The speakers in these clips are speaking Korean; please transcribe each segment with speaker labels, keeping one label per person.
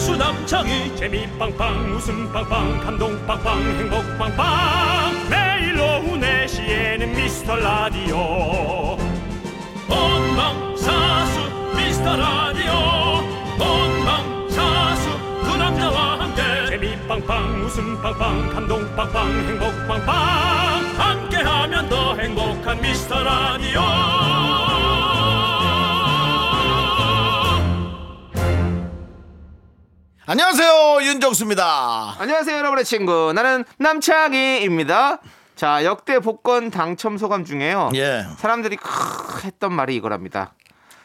Speaker 1: 재창이
Speaker 2: 재미 빵빵 웃음 빵빵 감동 빵빵 행복 빵빵 매일 오후 네시에는 미스터 라디오
Speaker 1: 본방사수 미스터 라디오 본방사수 그 남자와 함께
Speaker 2: 재미 빵빵 웃음 빵빵 감동 빵빵 행복 빵빵
Speaker 1: 함께하면 더 행복한 미스터 라디오
Speaker 3: 안녕하세요 윤정수입니다.
Speaker 4: 안녕하세요, 여러분의 친구. 나는 남창희입니다. 자, 역대 복권 당첨 소감 중에요.
Speaker 3: 예.
Speaker 4: 사람들이 크 했던 말이 이거랍니다.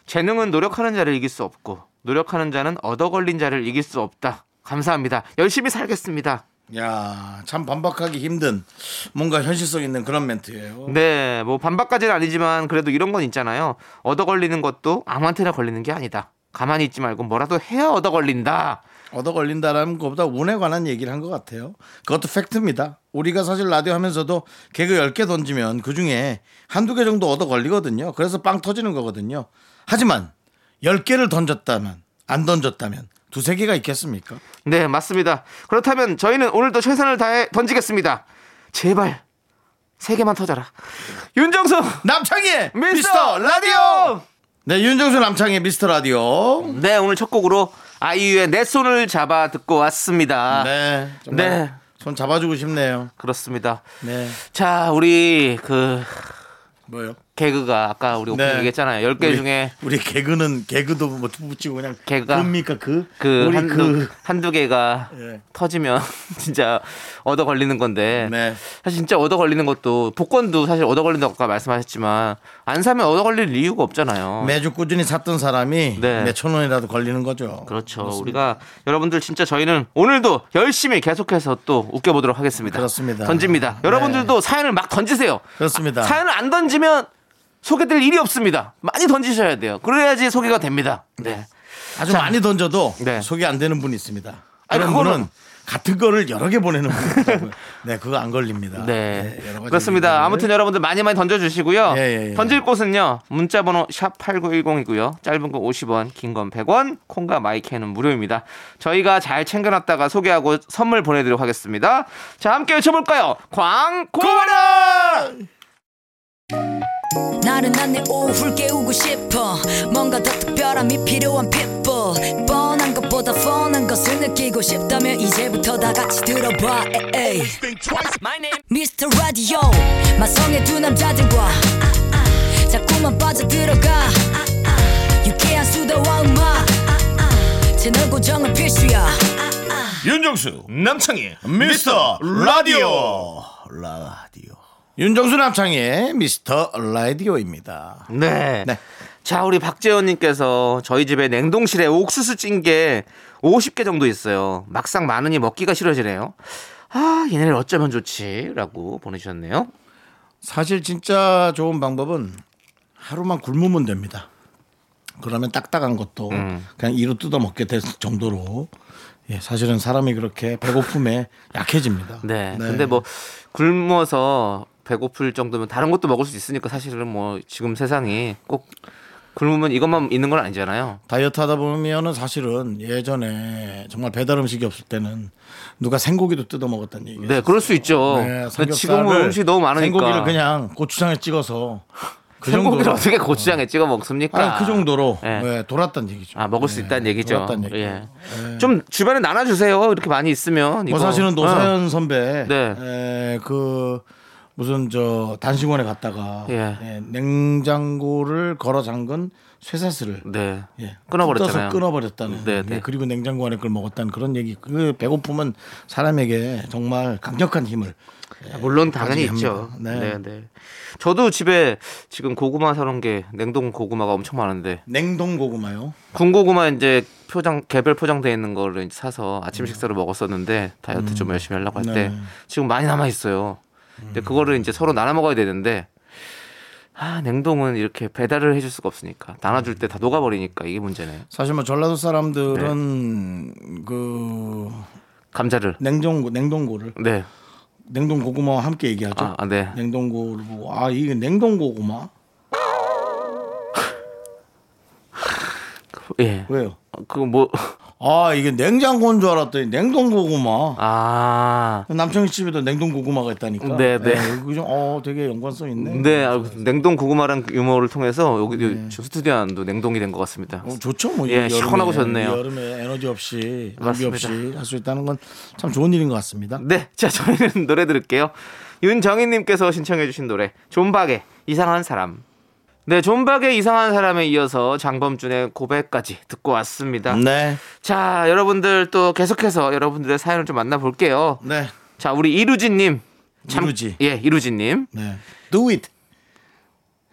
Speaker 4: 재능은 노력하는 자를 이길 수 없고 노력하는 자는 얻어 걸린 자를 이길 수 없다. 감사합니다. 열심히 살겠습니다.
Speaker 3: 야, 참 반박하기 힘든 뭔가 현실성 있는 그런 멘트예요.
Speaker 4: 네, 뭐 반박까지는 아니지만 그래도 이런 건 있잖아요. 얻어 걸리는 것도 아무한테나 걸리는 게 아니다. 가만히 있지 말고 뭐라도 해야 얻어 걸린다.
Speaker 3: 얻어 걸린다라는 것보다 운에 관한 얘기를 한 것 같아요. 그것도 팩트입니다. 우리가 사실 라디오 하면서도 개그 10개 던지면 그 중에 한두 개 정도 얻어 걸리거든요. 그래서 빵 터지는 거거든요. 하지만 10개를 던졌다면, 안 던졌다면 두세 개가 있겠습니까?
Speaker 4: 네, 맞습니다. 그렇다면 저희는 오늘도 최선을 다해 던지겠습니다. 제발 세 개만 터져라. 윤정수
Speaker 3: 남창희의 미스터,
Speaker 4: 미스터
Speaker 3: 라디오! 네, 윤정수 남창희의 미스터 라디오.
Speaker 4: 네, 오늘 첫 곡으로 아이유의 내 손을 잡아 듣고 왔습니다.
Speaker 3: 네. 정말
Speaker 4: 아. 네.
Speaker 3: 손 잡아주고 싶네요.
Speaker 4: 그렇습니다.
Speaker 3: 네.
Speaker 4: 자, 우리 그
Speaker 3: 뭐요?
Speaker 4: 개그가 아까 우리 오프닝
Speaker 3: 네.
Speaker 4: 얘기했잖아요. 10개
Speaker 3: 우리-
Speaker 4: 그 중에
Speaker 3: 우리 개그는 개그도 뭐 붙이고 그냥
Speaker 4: 개그가-
Speaker 3: 뭡니까 그?
Speaker 4: 그
Speaker 3: 우리
Speaker 4: 한두,
Speaker 3: 그
Speaker 4: 한두 개가
Speaker 3: 예.
Speaker 4: 터지면 진짜 얻어 걸리는 건데
Speaker 3: 네.
Speaker 4: 사실 진짜 얻어 걸리는 것도 복권도 사실 얻어 걸린다고 아까 말씀하셨지만 안 사면 얻어 걸릴 이유가 없잖아요.
Speaker 3: 매주 꾸준히 샀던 사람이
Speaker 4: 네.
Speaker 3: 몇천 원이라도 걸리는 거죠.
Speaker 4: 그렇죠. 우리가 여러분들 진짜 저희는 오늘도 열심히 계속해서 또 웃겨보도록 하겠습니다.
Speaker 3: 그렇습니다.
Speaker 4: 던집니다.
Speaker 3: 네.
Speaker 4: 여러분들도 사연을 막 던지세요.
Speaker 3: 그렇습니다.
Speaker 4: 아, 사연을 안 던지면 소개될 일이 없습니다. 많이 던지셔야 돼요. 그래야지 소개가 됩니다. 네.
Speaker 3: 아주 많이 던져도
Speaker 4: 네.
Speaker 3: 소개 안 되는 분이 있습니다.
Speaker 4: 아니,
Speaker 3: 그런
Speaker 4: 그거는-
Speaker 3: 분은 같은 거를 여러 개 보내는 분이 있다고요. 네, 그거 안 걸립니다.
Speaker 4: 네.
Speaker 3: 네, 여러 가지
Speaker 4: 그렇습니다.
Speaker 3: 의견을.
Speaker 4: 아무튼 여러분들 많이 많이 던져주시고요.
Speaker 3: 예, 예, 예.
Speaker 4: 던질 곳은요. 문자번호 샵8910이고요. 짧은 거 50원, 긴 건 100원, 콩과 마이크는 무료입니다. 저희가 잘 챙겨놨다가 소개하고 선물 보내드리도록 하겠습니다. 자, 함께 외쳐볼까요? 광고라!
Speaker 5: 나른한 내 오후를 깨우고 싶어 뭔가 더 특별함이 필요한 people 뻔한 것보다 뻔한 것을 느끼고 싶다면 이제부터 다 같이 들어봐 에이. Mr. Radio 마성의 두 남자들과 자꾸만 빠져들어가 유쾌한 수다와 음악 채널 고정은 필수야
Speaker 3: 윤정수 남창희 미스터 라디오 라디오 윤정수 남창희 미스터 라디오입니다.
Speaker 4: 네.
Speaker 3: 네.
Speaker 4: 자, 우리 박재원님께서 저희 집에 냉동실에 옥수수 찐 게 50개 정도 있어요. 막상 많으니 먹기가 싫어지네요. 아, 얘네를 어쩌면 좋지? 라고 보내주셨네요.
Speaker 3: 사실 진짜 좋은 방법은 하루만 굶으면 됩니다. 그러면 딱딱한 것도
Speaker 4: 음.
Speaker 3: 그냥 이로 뜯어 먹게 될 정도로 예, 사실은 사람이 그렇게 배고픔에 약해집니다.
Speaker 4: 네. 근데 뭐 굶어서 배고플 정도면 다른 것도 먹을 수 있으니까 사실은 뭐 지금 세상이 꼭 굶으면 이것만 있는 건 아니잖아요.
Speaker 3: 다이어트 하다 보면은 사실은 예전에 정말 배달 음식이 없을 때는 누가 생고기도 뜯어 먹었다는 얘기.
Speaker 4: 네, 그럴 수 있죠.
Speaker 3: 네,
Speaker 4: 근데
Speaker 3: 삼겹살을
Speaker 4: 지금은 음식이 너무 많으니까
Speaker 3: 생고기를 그냥 고추장에 찍어서 그
Speaker 4: 생고기를
Speaker 3: 정도로-
Speaker 4: 어떻게 고추장에 찍어 먹습니까?
Speaker 3: 아니, 그 정도로
Speaker 4: 예.
Speaker 3: 예, 돌았단 얘기죠.
Speaker 4: 아 먹을 수
Speaker 3: 예,
Speaker 4: 있다는 얘기죠.
Speaker 3: 돌았단 얘기.
Speaker 4: 예. 좀 주변에 나눠주세요. 이렇게 많이 있으면.
Speaker 3: 네. 뭐
Speaker 4: 이거.
Speaker 3: 사실은
Speaker 4: 어.
Speaker 3: 노사연 선배
Speaker 4: 네.
Speaker 3: 에, 그 무슨 저 단식원에 갔다가
Speaker 4: 예.
Speaker 3: 예, 냉장고를 걸어 잠근 쇠사슬을
Speaker 4: 네.
Speaker 3: 예,
Speaker 4: 끊어버렸잖아요.
Speaker 3: 뜯어서 끊어버렸다는.
Speaker 4: 네,
Speaker 3: 예,
Speaker 4: 네.
Speaker 3: 그리고 냉장고 안에 그걸 먹었다는 그런 얘기. 그 배고픔은 사람에게 정말 강력한 힘을. 예,
Speaker 4: 물론 당연히
Speaker 3: 가지게
Speaker 4: 있죠.
Speaker 3: 합니다.
Speaker 4: 네.
Speaker 3: 네.
Speaker 4: 네, 저도 집에 지금 고구마 사놓은 게 냉동 고구마가 엄청 많은데
Speaker 3: 냉동 고구마요.
Speaker 4: 군고구마 이제 표장 개별 포장돼 있는 거를 이제 사서 아침 식사로 먹었었는데 다이어트 좀 열심히 하려고 할 때
Speaker 3: 네.
Speaker 4: 지금 많이 남아 있어요. 근데 그거를 이제 서로 나눠 먹어야 되는데 아 냉동은 이렇게 배달을 해줄 수가 없으니까 나눠줄 때 다 녹아버리니까 이게 문제네요.
Speaker 3: 사실 뭐 전라도 사람들은
Speaker 4: 네.
Speaker 3: 그
Speaker 4: 감자를
Speaker 3: 냉장고 냉동고를
Speaker 4: 네.
Speaker 3: 냉동 고구마와 함께 얘기하죠.
Speaker 4: 아, 아, 네.
Speaker 3: 냉동고를 보고 아 이게 냉동 고구마
Speaker 4: 예.
Speaker 3: 왜요?
Speaker 4: 그, 어, 그뭐
Speaker 3: 아, 이게 냉장고인 줄 알았더니 냉동고구마.
Speaker 4: 아.
Speaker 3: 남청이 집에도 냉동고구마가 있다니까.
Speaker 4: 네, 네.
Speaker 3: 예, 이거 좀, 어, 되게 연관성 있네.
Speaker 4: 네, 아, 냉동 고구마랑 그 네. 유머를 통해서 여기 지금 스튜디오 안도 냉동이 된 것 같습니다.
Speaker 3: 어, 좋죠, 뭐.
Speaker 4: 예,
Speaker 3: 여름에,
Speaker 4: 시원하고 좋네요.
Speaker 3: 여름에 에너지 없이, 무기
Speaker 4: 맞습니다.
Speaker 3: 없이 할 수 있다는 건 참 좋은 일인 것 같습니다.
Speaker 4: 네, 자 저희는 노래 들을게요. 윤정인님께서 신청해주신 노래 존박의 이상한 사람. 네, 존박의 이상한 사람에 이어서 장범준의 고백까지 듣고 왔습니다.
Speaker 3: 네.
Speaker 4: 자, 여러분들 또 계속해서 여러분들의 사연을 좀 만나볼게요.
Speaker 3: 네.
Speaker 4: 자, 우리 이루지님. 참-
Speaker 3: 이루지.
Speaker 4: 예, 이루지님.
Speaker 3: 네. Do it.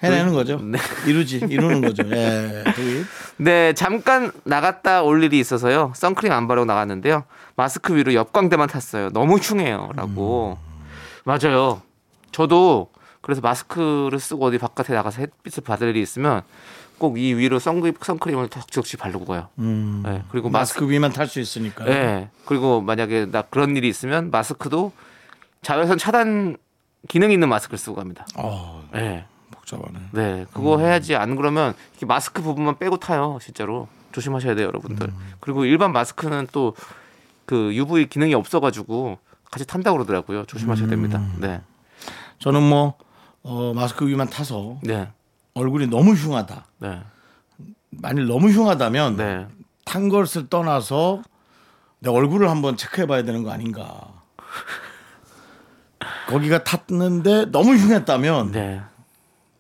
Speaker 3: 해내는 거죠.
Speaker 4: 네.
Speaker 3: 이루지, 이루는 거죠. 예. Do it.
Speaker 4: 네, 잠깐 나갔다 올 일이 있어서요. 선크림 안 바르고 나갔는데요. 마스크 위로 옆광대만 탔어요. 너무 흉해요라고.
Speaker 3: 음.
Speaker 4: 맞아요. 저도 그래서 마스크를 쓰고 어디 바깥에 나가서 햇빛을 받을 일이 있으면 꼭 이 위로 선크, 선크림을 적시적시 바르고 가요.
Speaker 3: 음.
Speaker 4: 네, 그리고 마스크.
Speaker 3: 마스크 위만 탈 수 있으니까.
Speaker 4: 예. 그리고 만약에 나 그런 일이 있으면 마스크도 자외선 차단 기능 있는 마스크를 쓰고 갑니다.
Speaker 3: 어,
Speaker 4: 예.
Speaker 3: 복잡하네.
Speaker 4: 네, 그거 해야지 안 그러면 이렇게 마스크 부분만 빼고 타요, 진짜로 조심하셔야 돼요, 여러분들. 그리고 일반 마스크는 또 그 UV 기능이 없어가지고 같이 탄다 고 그러더라고요. 조심하셔야 됩니다. 네,
Speaker 3: 저는 뭐, 어, 마스크 위만 타서
Speaker 4: 네,
Speaker 3: 얼굴이 너무 흉하다.
Speaker 4: 네,
Speaker 3: 만일 너무 흉하다면
Speaker 4: 네.
Speaker 3: 탄 것을 떠나서 내 얼굴을 한번 체크해 봐야 되는 거 아닌가. 거기가 탔는데 너무 흉했다면
Speaker 4: 네.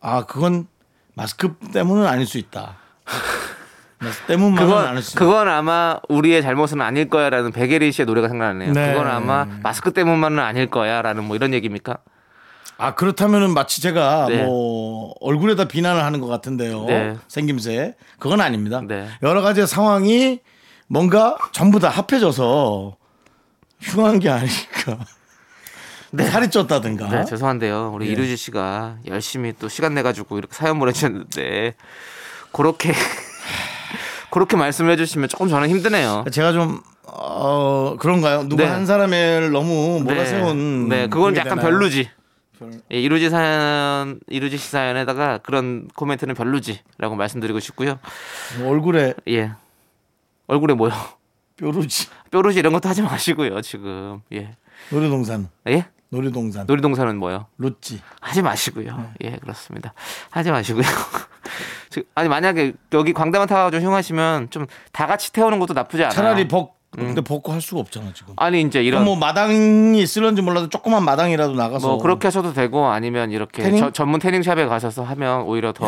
Speaker 3: 아 그건 마스크 때문은 아닐 수 있다. 마스크 때문만은
Speaker 4: 그건
Speaker 3: 아닐 수 있다.
Speaker 4: 그건 아마 우리의 잘못은 아닐 거야라는 베게리 씨의 노래가 생각나네요.
Speaker 3: 네.
Speaker 4: 그건 아마 마스크 때문만은 아닐 거야라는 뭐 이런 얘기입니까?
Speaker 3: 아 그렇다면은 마치 제가
Speaker 4: 네.
Speaker 3: 뭐 얼굴에다 비난을 하는 것 같은데요.
Speaker 4: 네.
Speaker 3: 생김새 그건 아닙니다.
Speaker 4: 네.
Speaker 3: 여러 가지 상황이 뭔가 전부 다 합해져서 흉한 게 아닐까. 살이 쪘다든가.
Speaker 4: 네, 죄송한데요.
Speaker 3: 예.
Speaker 4: 우리 이루지 씨가 열심히 또 시간 내 가지고 이렇게 사연 보내주셨는데 그렇게 그렇게 말씀해 주시면 조금 저는 힘드네요.
Speaker 3: 제가 좀 어, 그런가요? 누구
Speaker 4: 네.
Speaker 3: 한 사람을 너무 몰아세운
Speaker 4: 네, 그건
Speaker 3: 그게
Speaker 4: 약간
Speaker 3: 되나요?
Speaker 4: 별루지.
Speaker 3: 별-
Speaker 4: 예, 이루지 사연, 이루지 씨 사연에다가 그런 코멘트는 별루지라고 말씀드리고 싶고요.
Speaker 3: 얼굴에
Speaker 4: 예, 얼굴에 뭐요?
Speaker 3: 뾰루지
Speaker 4: 뾰루지 이런 것도 하지 마시고요. 지금 예,
Speaker 3: 놀이동산
Speaker 4: 예,
Speaker 3: 놀이동산
Speaker 4: 놀이동산은 뭐요?
Speaker 3: 롯지
Speaker 4: 하지
Speaker 3: 네.
Speaker 4: 마시고요. 예, 그렇습니다. 하지 마시고요. 즉, 아니 만약에 여기 광대만 타가지고 흉하시면 좀 다 같이 태우는 것도 나쁘지 않아요. 음.
Speaker 3: 차라리 벗 근데 벗고 할 수가 없잖아 지금.
Speaker 4: 아니 이제 이런
Speaker 3: 뭐
Speaker 4: 뭐,
Speaker 3: 마당이 있을런지 몰라도 조그만 마당이라도 나가서
Speaker 4: 그렇게 하셔도 되고 아니면 이렇게
Speaker 3: 태닝?
Speaker 4: 저- 전문 태닝샵에 가셔서 하면 오히려 더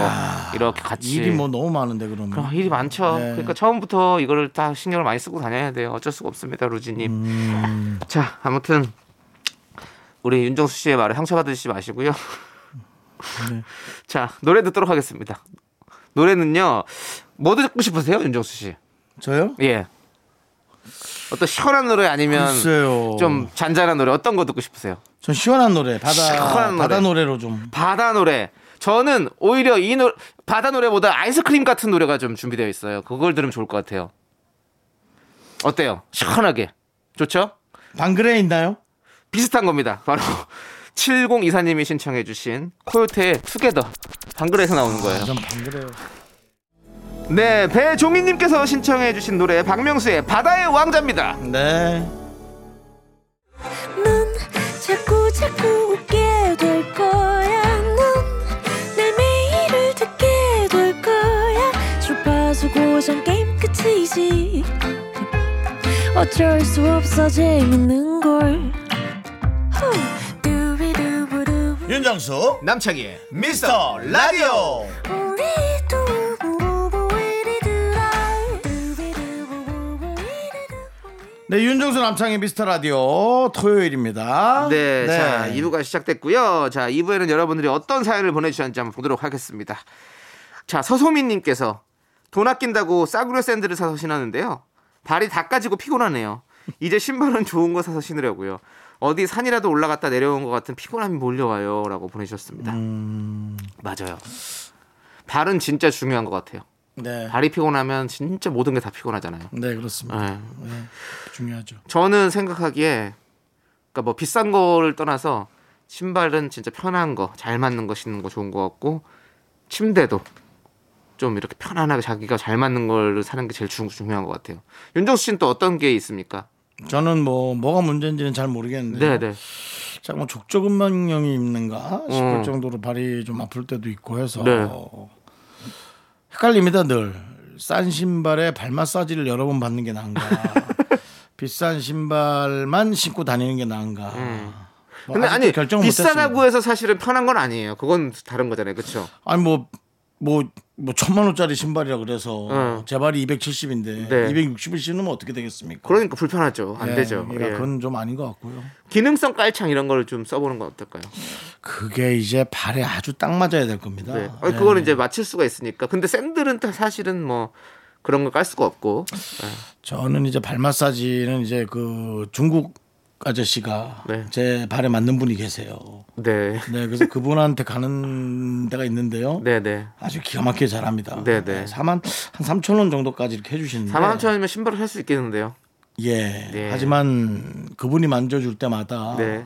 Speaker 4: 이렇게 같이
Speaker 3: 일이 뭐 너무 많은데 그러면
Speaker 4: 그럼 일이 많죠.
Speaker 3: 네.
Speaker 4: 그러니까 처음부터 이거를 다 신경을 많이 쓰고 다녀야 돼요. 어쩔 수가 없습니다, 루지님.
Speaker 3: 음.
Speaker 4: 자, 아무튼 우리 윤정수 씨의 말을 상처받으시지 마시고요.
Speaker 3: 네.
Speaker 4: 자, 노래 듣도록 하겠습니다. 노래는요, 뭐 듣고 싶으세요, 윤정수 씨?
Speaker 3: 저요?
Speaker 4: 예. 어떤 시원한 노래 아니면
Speaker 3: 글쎄요.
Speaker 4: 좀 잔잔한 노래 어떤 거 듣고 싶으세요?
Speaker 3: 전 시원한 노래 바다
Speaker 4: 시원한
Speaker 3: 바다
Speaker 4: 노래.
Speaker 3: 노래로 좀
Speaker 4: 바다 노래. 저는 오히려 이 노래 바다 노래보다 아이스크림 같은 노래가 좀 준비되어 있어요. 그걸 들으면 좋을 것 같아요. 어때요? 시원하게. 좋죠?
Speaker 3: 방그레 있나요?
Speaker 4: 비슷한 겁니다. 바로 70 이사님이 신청해 주신 코요태의 투게더 방글에서 나오는 거예요.
Speaker 3: 전 방그레요.
Speaker 4: 네, 배종인 님께서 신청해 주신 노래 박명수의 바다의 왕자입니다.
Speaker 3: 네.
Speaker 6: 넌 자꾸 자꾸 웃게 될 거야. 넌내 매일을 듣게 될 거야. 주파수 고정 게임 끝이지. 어쩔 수 없어 재밌는 걸. 후. 두비두부두.
Speaker 3: 윤정수
Speaker 4: 남창희의
Speaker 3: 미스터 라디오
Speaker 6: 우리 두부부부 우리들아. 두비두부부부 우리들아.
Speaker 3: 네 윤정수 남창의 미스터 라디오 토요일입니다.
Speaker 4: 네, 자, 2부가 시작됐고요. 자, 2부에는 여러분들이 어떤 사연을 보내주셨는지 한번 보도록 하겠습니다. 자, 서소민님께서 돈 아낀다고 싸구려 샌들을 사서 신었는데요. 발이 다 까지고 피곤하네요. 이제 신발은 좋은 거 사서 신으려고요. 어디 산이라도 올라갔다 내려온 것 같은 피곤함이 몰려와요. 라고 보내주셨습니다. 맞아요. 발은 진짜 중요한 것 같아요.
Speaker 3: 네.
Speaker 4: 발이 피곤하면 진짜 모든 게 다 피곤하잖아요.
Speaker 3: 네 그렇습니다.
Speaker 4: 네.
Speaker 3: 중요하죠.
Speaker 4: 저는 생각하기에 그러니까 뭐 비싼 거를 떠나서 신발은 진짜 편한 거, 잘 맞는 거 신는 거 좋은 거 같고 침대도 좀 이렇게 편안하게 자기가 잘 맞는 걸 사는 게 제일 중, 중요한 것 같아요. 윤정수 씨는 또 어떤 게 있습니까?
Speaker 3: 저는 뭐 뭐가 문제인지는 잘 모르겠는데
Speaker 4: 네, 네.
Speaker 3: 자꾸 뭐 족저근막염이 있는가 싶을
Speaker 4: 어.
Speaker 3: 정도로 발이 좀 아플 때도 있고 해서
Speaker 4: 네.
Speaker 3: 헷갈립니다 늘. 싼 신발에 발 마사지를 여러 번 받는 게 나은가 비싼 신발만 신고 다니는 게 나은가 뭐
Speaker 4: 음. 근데
Speaker 3: 아직도
Speaker 4: 아니
Speaker 3: 결정을
Speaker 4: 비싸다고
Speaker 3: 못했습니다.
Speaker 4: 해서 사실은 편한 건 아니에요. 그건 다른 거잖아요, 그렇죠?
Speaker 3: 아니 뭐 뭐 뭐 천만 원짜리 신발이라 그래서
Speaker 4: 어.
Speaker 3: 제 발이 270인데
Speaker 4: 네.
Speaker 3: 260을 신으면 어떻게 되겠습니까?
Speaker 4: 그러니까 불편하죠. 안
Speaker 3: 예,
Speaker 4: 되죠.
Speaker 3: 그러니까
Speaker 4: 예.
Speaker 3: 그건 좀 아닌 것 같고요.
Speaker 4: 기능성 깔창 이런 걸 좀 써보는 건 어떨까요?
Speaker 3: 그게 이제 발에 아주 딱 맞아야 될 겁니다.
Speaker 4: 네. 아니,
Speaker 3: 예.
Speaker 4: 그거는 이제 맞출 수가 있으니까. 근데 샌들은 다 사실은 뭐 그런 걸 깔 수가 없고. 네.
Speaker 3: 저는 이제 발 마사지는 이제 그 중국 아저씨가
Speaker 4: 네.
Speaker 3: 제 발에 맞는 분이 계세요.
Speaker 4: 네.
Speaker 3: 네, 그래서 그분한테 가는 데가 있는데요.
Speaker 4: 네, 네.
Speaker 3: 아주 기가 막히게 잘합니다.
Speaker 4: 네, 네.
Speaker 3: 4만 한 3천 원 정도까지 이렇게 해주시는데.
Speaker 4: 4만 3천 원이면 신발을 살 수 있겠는데요.
Speaker 3: 예.
Speaker 4: 네.
Speaker 3: 하지만 그분이 만져줄 때마다
Speaker 4: 네.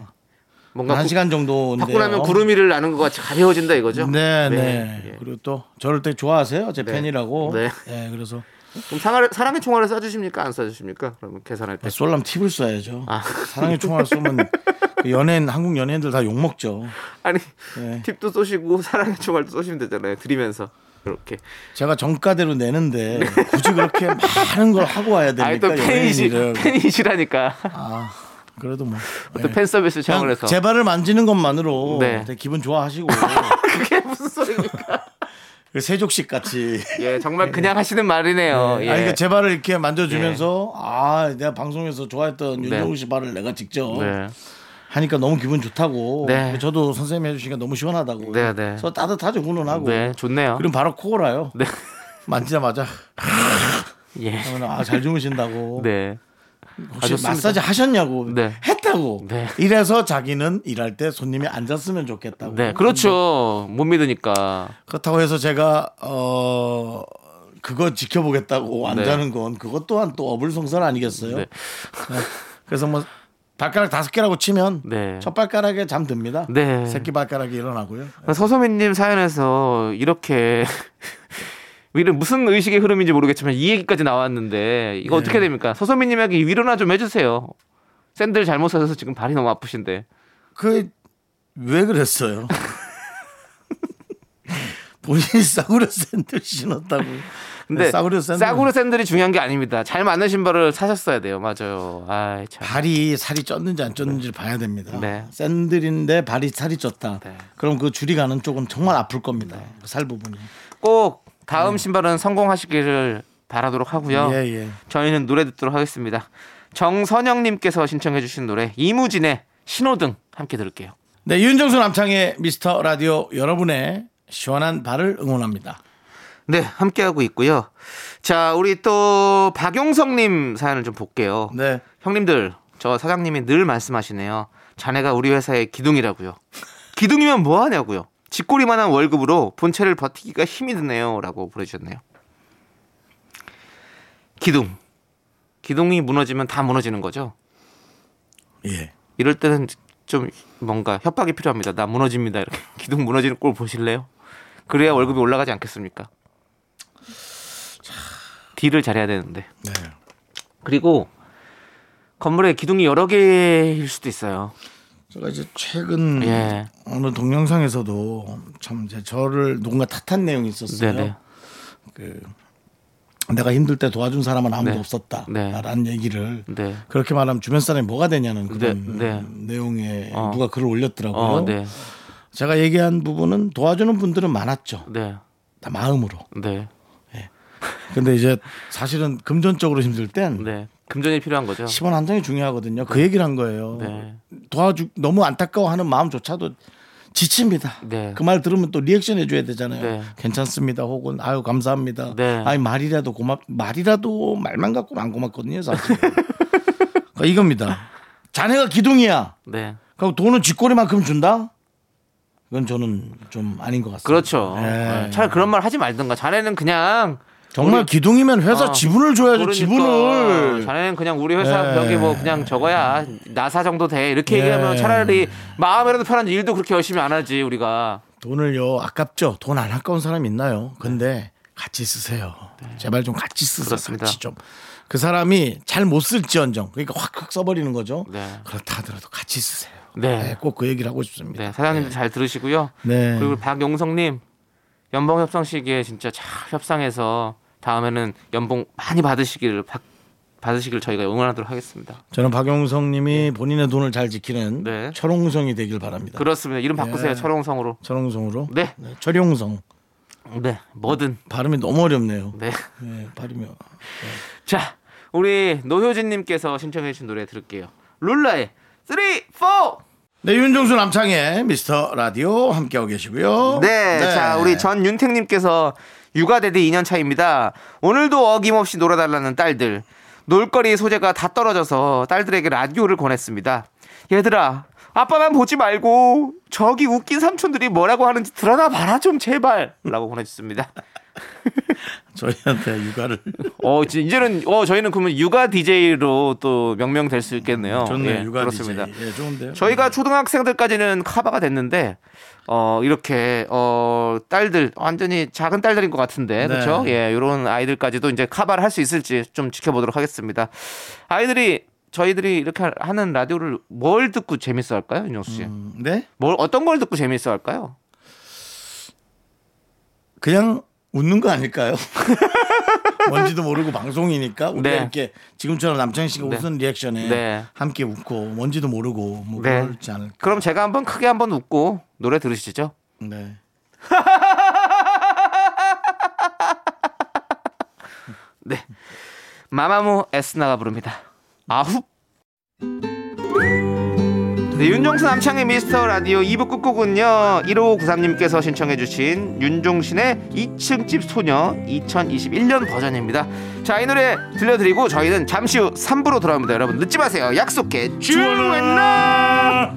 Speaker 4: 뭔가
Speaker 3: 한
Speaker 4: 구-
Speaker 3: 아. 시간 정도
Speaker 4: 받고 나면 구름 위를 나는 것 같이 가벼워진다 이거죠?
Speaker 3: 네, 네.
Speaker 4: 예.
Speaker 3: 그리고 또 저를 되게 좋아하세요. 제
Speaker 4: 네.
Speaker 3: 팬이라고.
Speaker 4: 네.
Speaker 3: 예, 그래서
Speaker 4: 그럼 상하, 사랑의 총알을 쏴주십니까? 안 쏴주십니까? 그러면 계산할 때.
Speaker 3: 네, 쏠라면 팁을 써야죠.
Speaker 4: 아.
Speaker 3: 사랑의 총알 쏘면 그 연예인 한국 연예인들 다 욕 먹죠.
Speaker 4: 아니,
Speaker 3: 네.
Speaker 4: 팁도 쏘시고 사랑의 총알도 쏘시면 되잖아요. 드리면서. 그렇게.
Speaker 3: 제가 정가대로 내는데 굳이 그렇게 많은 걸 하고 와야
Speaker 4: 아니, 또
Speaker 3: 됩니까?
Speaker 4: 팬이시,
Speaker 3: 네, 그러니까 연예인이라.
Speaker 4: 팬이시라니까.
Speaker 3: 아, 그래도 뭐.
Speaker 4: 또
Speaker 3: 예.
Speaker 4: 팬 서비스 차원을
Speaker 3: 그냥
Speaker 4: 해서.
Speaker 3: 제 발을 만지는 것만으로
Speaker 4: 네.
Speaker 3: 되게 기분 좋아하시고
Speaker 4: 그게 무슨 소리입니까?
Speaker 3: 그 세족식 같이.
Speaker 4: 예, 정말 그냥 하시는 말이네요. 예.
Speaker 3: 네. 아니, 그러니까 제 발을 이렇게 만져주면서 아 내가 방송에서 좋아했던
Speaker 4: 네.
Speaker 3: 윤종우 씨 발을 내가 직접
Speaker 4: 네.
Speaker 3: 하니까 너무 기분 좋다고
Speaker 4: 네.
Speaker 3: 저도 선생님이 해주시니까 너무 시원하다고
Speaker 4: 네, 네.
Speaker 3: 그래서 따뜻하죠 훈훈하고
Speaker 4: 네, 좋네요.
Speaker 3: 뭐. 그럼 바로 코골아요
Speaker 4: 네.
Speaker 3: 만지자마자
Speaker 4: 예.
Speaker 3: 그러면 아 잘 주무신다고
Speaker 4: 네.
Speaker 3: 혹시
Speaker 4: 아, 좋습니다.
Speaker 3: 마사지 하셨냐고
Speaker 4: 네.
Speaker 3: 했다고
Speaker 4: 네.
Speaker 3: 이래서 자기는 일할 때 손님이 앉았으면 좋겠다고
Speaker 4: 네, 그렇죠. 못 믿으니까.
Speaker 3: 그렇다고 해서 제가 어 그거 지켜보겠다고 앉아는 건 그것 또한 또 어불성설 아니겠어요?
Speaker 4: 네.
Speaker 3: 네. 그래서 뭐 발가락 다섯 개라고 치면
Speaker 4: 네.
Speaker 3: 첫 발가락에 잠듭니다.
Speaker 4: 네.
Speaker 3: 새끼 발가락이 일어나고요.
Speaker 4: 아, 서소민님 사연에서 이렇게 위로 무슨 의식의 흐름인지 모르겠지만 이 얘기까지 나왔는데
Speaker 3: 네.
Speaker 4: 이거 어떻게 됩니까? 서소민님에게 위로나 좀 해주세요. 샌들 잘못 사셔서 지금 발이 너무 아프신데.
Speaker 3: 그 왜 그랬어요? 본인이 싸구려 샌들 신었다고.
Speaker 4: 근데
Speaker 3: 네, 싸구려 샌들.
Speaker 4: 싸구려 샌들이 중요한 게 아닙니다. 잘 맞는 신발을 사셨어야 돼요. 맞아요. 아 참.
Speaker 3: 발이 살이 쪘는지 안 쪘는지를 봐야 됩니다.
Speaker 4: 네.
Speaker 3: 샌들인데 발이 살이 쪘다.
Speaker 4: 네.
Speaker 3: 그럼 그 줄이 가는 쪽은 정말 아플 겁니다. 그살 부분이.
Speaker 4: 꼭 다음 신발은 성공하시기를 바라도록 하고요.
Speaker 3: 네. 예, 예.
Speaker 4: 저희는 노래 듣도록 하겠습니다. 정선영님께서 신청해주신 노래 이무진의 신호등 함께 들을게요.
Speaker 3: 네, 윤정수 남창의 미스터 라디오 여러분의 시원한 발을 응원합니다.
Speaker 4: 네, 함께하고 있고요. 자, 우리 또 박용성님 사연을 좀 볼게요.
Speaker 3: 네.
Speaker 4: 형님들, 저 사장님이 늘 말씀하시네요. 자네가 우리 회사의 기둥이라고요. 기둥이면 뭐 하냐고요. 쥐꼬리만한 월급으로 본체를 버티기가 힘이 드네요라고 보내주셨네요. 기둥, 기둥이 무너지면 다 무너지는 거죠.
Speaker 3: 예.
Speaker 4: 이럴 때는 좀 뭔가 협박이 필요합니다. 나 무너집니다. 이렇게 기둥 무너지는 꼴 보실래요? 그래야 월급이 올라가지 않겠습니까? 딜을 잘해야 되는데.
Speaker 3: 네.
Speaker 4: 그리고 건물에 기둥이 여러 개일 수도 있어요.
Speaker 3: 제가 이제 최근
Speaker 4: 예.
Speaker 3: 어느 동영상에서도 참 이제 저를 누군가 탓한 내용이 있었어요.
Speaker 4: 네네.
Speaker 3: 그 내가 힘들 때 도와준 사람은 아무도
Speaker 4: 네. 네.
Speaker 3: 없었다라는 얘기를
Speaker 4: 네.
Speaker 3: 그렇게 말하면 주변 사람이 뭐가 되냐는 그런
Speaker 4: 네, 네.
Speaker 3: 내용에
Speaker 4: 어.
Speaker 3: 누가 글을 올렸더라고요.
Speaker 4: 어, 네.
Speaker 3: 제가 얘기한 부분은 도와주는 분들은 많았죠.
Speaker 4: 네.
Speaker 3: 다 마음으로.
Speaker 4: 네.
Speaker 3: 근데 이제 사실은 금전적으로 힘들 땐
Speaker 4: 네. 금전이 필요한 거죠.
Speaker 3: 10원 한 장이 중요하거든요. 그 얘기를 한 거예요.
Speaker 4: 네.
Speaker 3: 도와주 너무 안타까워하는 마음조차도 지칩니다.
Speaker 4: 네.
Speaker 3: 그 말 들으면 또 리액션 해줘야 되잖아요.
Speaker 4: 네.
Speaker 3: 괜찮습니다. 혹은 아유 감사합니다.
Speaker 4: 네.
Speaker 3: 아니 말이라도 고맙 말이라도 말만 갖고 안 고맙거든요. 사실. 그러니까 이겁니다. 자네가 기둥이야.
Speaker 4: 네.
Speaker 3: 그럼 돈은 쥐꼬리만큼 준다? 그건 저는 좀 아닌 것 같습니다.
Speaker 4: 그렇죠.
Speaker 3: 예.
Speaker 4: 차라리 그런 말 하지 말든가. 자네는 그냥
Speaker 3: 정말 기둥이면 회사
Speaker 4: 아,
Speaker 3: 지분을 줘야죠.
Speaker 4: 모르니까.
Speaker 3: 지분을.
Speaker 4: 자네는 그냥 우리 회사
Speaker 3: 예.
Speaker 4: 벽에 뭐 그냥 저거야 나사 정도 돼 이렇게
Speaker 3: 예.
Speaker 4: 얘기하면 차라리 마음이라도 편한지 일도 그렇게 열심히 안 하지 우리가
Speaker 3: 돈을요 아깝죠. 돈 안 아까운 사람 있나요? 근데 같이 쓰세요. 제발 좀 같이 쓰세요.
Speaker 4: 네. 그렇습니다.
Speaker 3: 같이 좀. 그 사람이 잘 못 쓸지언정 그러니까 확확 써버리는 거죠.
Speaker 4: 네.
Speaker 3: 그렇다 하더라도 같이 쓰세요.
Speaker 4: 네.
Speaker 3: 꼭 그 얘기를 하고 싶습니다.
Speaker 4: 네, 사장님도 잘 들으시고요.
Speaker 3: 네.
Speaker 4: 그리고 박용성님 연봉 협상 시기에 진짜 잘 협상해서 다음에는 연봉 많이 받으시기를 받, 받으시길 저희가 응원하도록 하겠습니다.
Speaker 3: 저는 박용성님이 본인의 돈을 잘 지키는
Speaker 4: 네.
Speaker 3: 철옹성이 되길 바랍니다.
Speaker 4: 그렇습니다. 이름 바꾸세요.
Speaker 3: 예.
Speaker 4: 철옹성으로.
Speaker 3: 철옹성으로.
Speaker 4: 네.
Speaker 3: 철용성.
Speaker 4: 네, 뭐든.
Speaker 3: 발음이 너무 어렵네요.
Speaker 4: 네.
Speaker 3: 네, 발음이.
Speaker 4: 자, 우리 노효진님께서 신청해주신 노래 들을게요. 룰라의 3, 4!
Speaker 3: 네, 윤종수 남창의 미스터 라디오 함께하고 계시고요.
Speaker 4: 네, 자 우리 전윤택님께서 육아대디 2년 차입니다. 오늘도 어김없이 놀아달라는 딸들 놀거리 소재가 다 떨어져서 딸들에게 라디오를 권했습니다. 얘들아 아빠만 보지 말고 저기 웃긴 삼촌들이 뭐라고 하는지 들어나 봐라 좀 제발라고 보내주습니다.
Speaker 3: 저희한테 육아를
Speaker 4: 어 이제- 이제는 어 저희는 그러면 육아 DJ로 또 명명될 수 있겠네요.
Speaker 3: 좋네요.
Speaker 4: 예,
Speaker 3: 육아
Speaker 4: 그렇습니다.
Speaker 3: DJ. 예, 좋은데요.
Speaker 4: 저희가 초등학생들까지는 커버가 됐는데 어 이렇게 어 딸들 완전히 작은 딸들인 것
Speaker 3: 네.
Speaker 4: 같은데 그렇죠? 예, 이런 아이들까지도 이제 커버를 할 수 있을지 좀 지켜보도록 하겠습니다. 아이들이 저희들이 이렇게 하는 라디오를 뭘 듣고 재밌어 할까요, 윤정수 씨?
Speaker 3: 음, 네?
Speaker 4: 뭘 어떤 걸 듣고 재밌어 할까요?
Speaker 3: 그냥 웃는 거 아닐까요? 뭔지도 모르고 방송이니까 우리가
Speaker 4: 네.
Speaker 3: 이렇게 지금처럼 남창희 씨가
Speaker 4: 네.
Speaker 3: 웃는 리액션에
Speaker 4: 네.
Speaker 3: 함께 웃고 뭔지도 모르고 뭐
Speaker 4: 네.
Speaker 3: 그렇지 않을까.
Speaker 4: 그럼 제가 한번 크게 한번 웃고 노래 들으시죠.
Speaker 3: 네.
Speaker 4: 마마무 에스나가 부릅니다. 아후. 네, 윤종수 남창의 미스터 라디오 2부 끝곡은요 1593님께서 신청해주신 윤종신의 2층 집 소녀 2021년 버전입니다 자 이 노래 들려드리고 저희는 잠시 후 3부로 돌아옵니다 여러분 늦지 마세요 약속해 주원나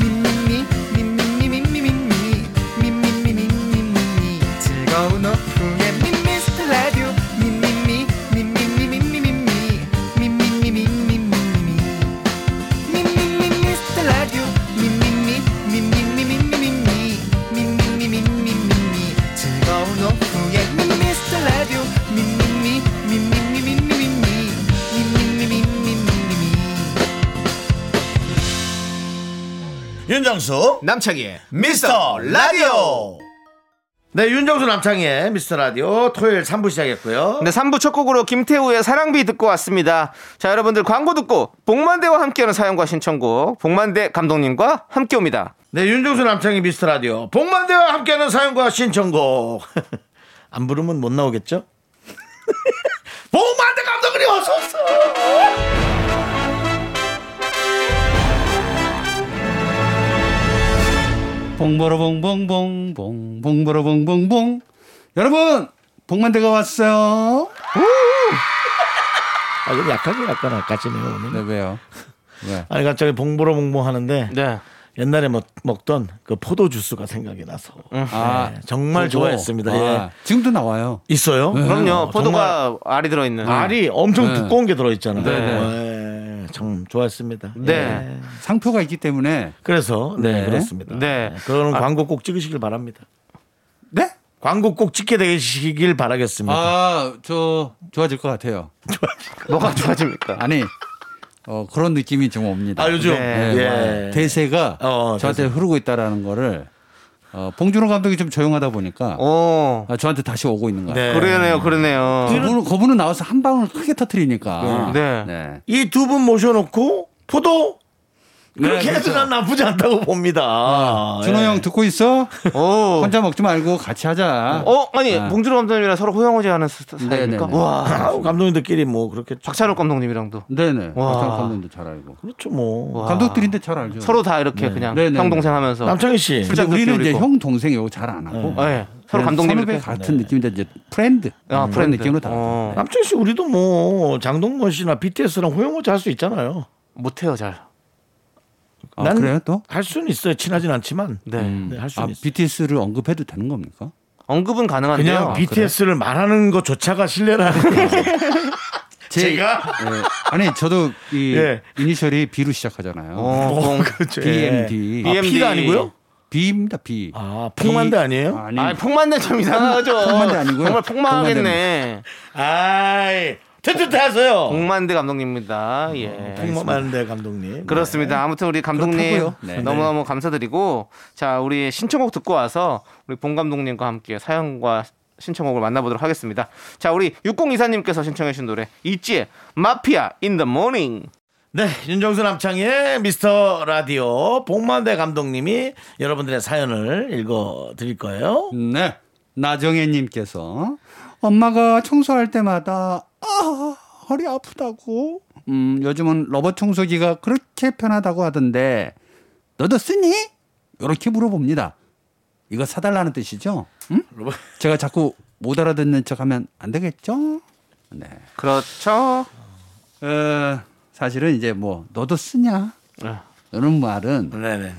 Speaker 7: 미미미 미미미 미미미 미미미 미미미 즐거운 오후에 미스터 라디오 미미미 미미미 미미미 미미미 미미미
Speaker 3: 윤정수
Speaker 4: 남창희의
Speaker 3: 미스터 라디오. 네, 윤정수 남창희의 미스터 라디오 토요일 3부 시작했고요.
Speaker 4: 네, 3부 첫 곡으로 김태우의 사랑비 듣고 왔습니다. 자, 여러분들 광고 듣고 복만대와 함께하는 사연과 신청곡 복만대 감독님과 함께 옵니다.
Speaker 3: 네, 윤종수 남창희 미스터 라디오 복만대와 함께하는 사연과 신청곡 안 부르면 못 나오겠죠? 복만대 감독님 어서 오세요.
Speaker 8: 봉보로봉봉봉 봉 봉보로봉봉봉 여러분 복만대가 왔어요.
Speaker 3: 아, 근데 약하게 약간 아까지네요 오늘.
Speaker 8: 네 왜요?
Speaker 3: 아니 갑자기 봉보로 봉봉 뭐 하는데
Speaker 4: 네.
Speaker 3: 옛날에 먹, 먹던 그 포도 주스가 생각이 나서
Speaker 8: 아
Speaker 3: 네, 정말
Speaker 8: 저도.
Speaker 3: 좋아했습니다. 예.
Speaker 8: 지금도 나와요.
Speaker 3: 있어요?
Speaker 8: 음,
Speaker 4: 그럼요.
Speaker 3: 어, 정말
Speaker 4: 포도가 알이 들어있는.
Speaker 3: 알이 엄청
Speaker 8: 네.
Speaker 3: 두꺼운 게 들어있잖아요.
Speaker 4: 네.
Speaker 3: 네. 참 좋아했습니다. 예.
Speaker 4: 네.
Speaker 8: 상표가 있기 때문에
Speaker 3: 그래서 네,
Speaker 8: 네.
Speaker 3: 그렇습니다.
Speaker 4: 네.
Speaker 3: 그런 광고 꼭 찍으시길 바랍니다.
Speaker 8: 네?
Speaker 3: 광고 꼭 찍게 되시길 바라겠습니다.
Speaker 8: 아저 좋아질 것 같아요.
Speaker 4: 뭐가 좋아집니까?
Speaker 8: 아니 어, 그런 느낌이 좀 옵니다.
Speaker 3: 아, 요즘?
Speaker 8: 네,
Speaker 3: 예.
Speaker 8: 와요. 대세가
Speaker 3: 어, 어,
Speaker 8: 저한테 흐르고 있다라는 거를 어, 봉준호 감독이 좀 조용하다 보니까
Speaker 4: 오.
Speaker 8: 아, 저한테 다시 오고 있는 거예요.
Speaker 3: 네.
Speaker 4: 어. 그러네요, 그러네요.
Speaker 8: 거분은, 거분은 나와서 한 방울 크게 터트리니까.
Speaker 4: 네.
Speaker 3: 이 두 분 모셔놓고 포도 그렇게
Speaker 8: 네,
Speaker 3: 해도
Speaker 8: 그렇죠. 네.
Speaker 3: 난 나쁘지 않다고 봅니다.
Speaker 8: 준호
Speaker 4: 아,
Speaker 3: 예.
Speaker 8: 형 듣고 있어?
Speaker 4: 오.
Speaker 8: 혼자 먹지 말고 같이 하자.
Speaker 4: 어, 아니,
Speaker 8: 아.
Speaker 4: 봉준호 감독님이랑 서로 호영호제하는 사이입니까?
Speaker 8: 네, 네, 네.
Speaker 4: 와.
Speaker 3: 아우, 감독님들끼리 뭐 그렇겠죠.
Speaker 4: 박찬욱 감독님이랑도.
Speaker 8: 네네.
Speaker 4: 와.
Speaker 8: 박찬호 감독도 잘 알고.
Speaker 3: 그렇죠 뭐.
Speaker 4: 와.
Speaker 8: 감독들인데 잘 알죠.
Speaker 4: 서로 다 이렇게 그냥
Speaker 8: 네, 네,
Speaker 4: 형
Speaker 8: 네.
Speaker 4: 동생 하면서.
Speaker 3: 남창희 씨.
Speaker 8: 근데
Speaker 4: 술잔도
Speaker 8: 우리는 이제
Speaker 4: 끼우고.
Speaker 8: 형 동생 이거 잘 안 하고.
Speaker 4: 네. 서로
Speaker 8: 그냥
Speaker 4: 감독님
Speaker 8: 선후배
Speaker 4: 이렇게. 네.
Speaker 8: 같은 느낌인데 이제 프렌드.
Speaker 4: 아,
Speaker 8: 그런
Speaker 4: 프렌드.
Speaker 8: 느낌으로 다.
Speaker 4: 어.
Speaker 3: 남창희 씨 우리도 뭐 장동건 씨나 BTS랑 호영호자 할 수 있잖아요.
Speaker 4: 못해요, 잘.
Speaker 8: 아,
Speaker 3: 난-
Speaker 8: 그래요 또?
Speaker 3: 할 수는 있어요. 친하진 않지만.
Speaker 4: 네.
Speaker 3: 네, 할 수는
Speaker 8: 아,
Speaker 3: 있어요.
Speaker 8: BTS를 언급해도 되는 겁니까?
Speaker 4: 언급은 가능한데요. 아,
Speaker 3: 그냥 BTS를 말하는 것조차가 신뢰라는 거예요.
Speaker 8: 제-
Speaker 3: 제가?
Speaker 8: 예. 아니 저도 이
Speaker 3: 예.
Speaker 8: 이니셜이 B로 시작하잖아요.
Speaker 3: 어, 그렇죠.
Speaker 8: BMD.
Speaker 3: 아, P가 아니고요?
Speaker 8: B입니다 B.
Speaker 3: 아, 폭만대 아니에요?
Speaker 8: 아니
Speaker 4: 아, 폭만대 좀 이상하죠.
Speaker 8: 폭만대 아니고요.
Speaker 4: 정말 폭망하겠네.
Speaker 3: 아이, 튼튼하세요.
Speaker 4: 폭만대 감독님입니다.
Speaker 8: 어,
Speaker 4: 예.
Speaker 3: 폭만대 감독님.
Speaker 4: 그렇습니다. 아무튼 우리 감독님
Speaker 8: 그렇다고요. 네.
Speaker 4: 너무너무 감사드리고 자 우리 신청곡 듣고 와서 우리 봉 감독님과 함께 사연과 신청곡을 만나보도록 하겠습니다. 자 우리 6024님께서 신청해주신 노래 있지의 마피아 in the morning.
Speaker 3: 네, 윤정수 남창의 미스터 라디오 복만대 감독님이 여러분들의 사연을 읽어 드릴 거예요.
Speaker 8: 네. 나정혜님께서 엄마가 청소할 때마다 아 허리 아프다고. 음 요즘은 로봇 청소기가 그렇게 편하다고 하던데 너도 쓰니? 이렇게 물어봅니다. 이거 사달라는 뜻이죠? 응?
Speaker 3: 로봇.
Speaker 8: 제가 자꾸 못 알아듣는 척하면 안 되겠죠? 네.
Speaker 4: 그렇죠.
Speaker 8: 어, 사실은 이제 뭐 너도 쓰냐?
Speaker 4: 네.
Speaker 8: 이런 말은
Speaker 3: 네네네.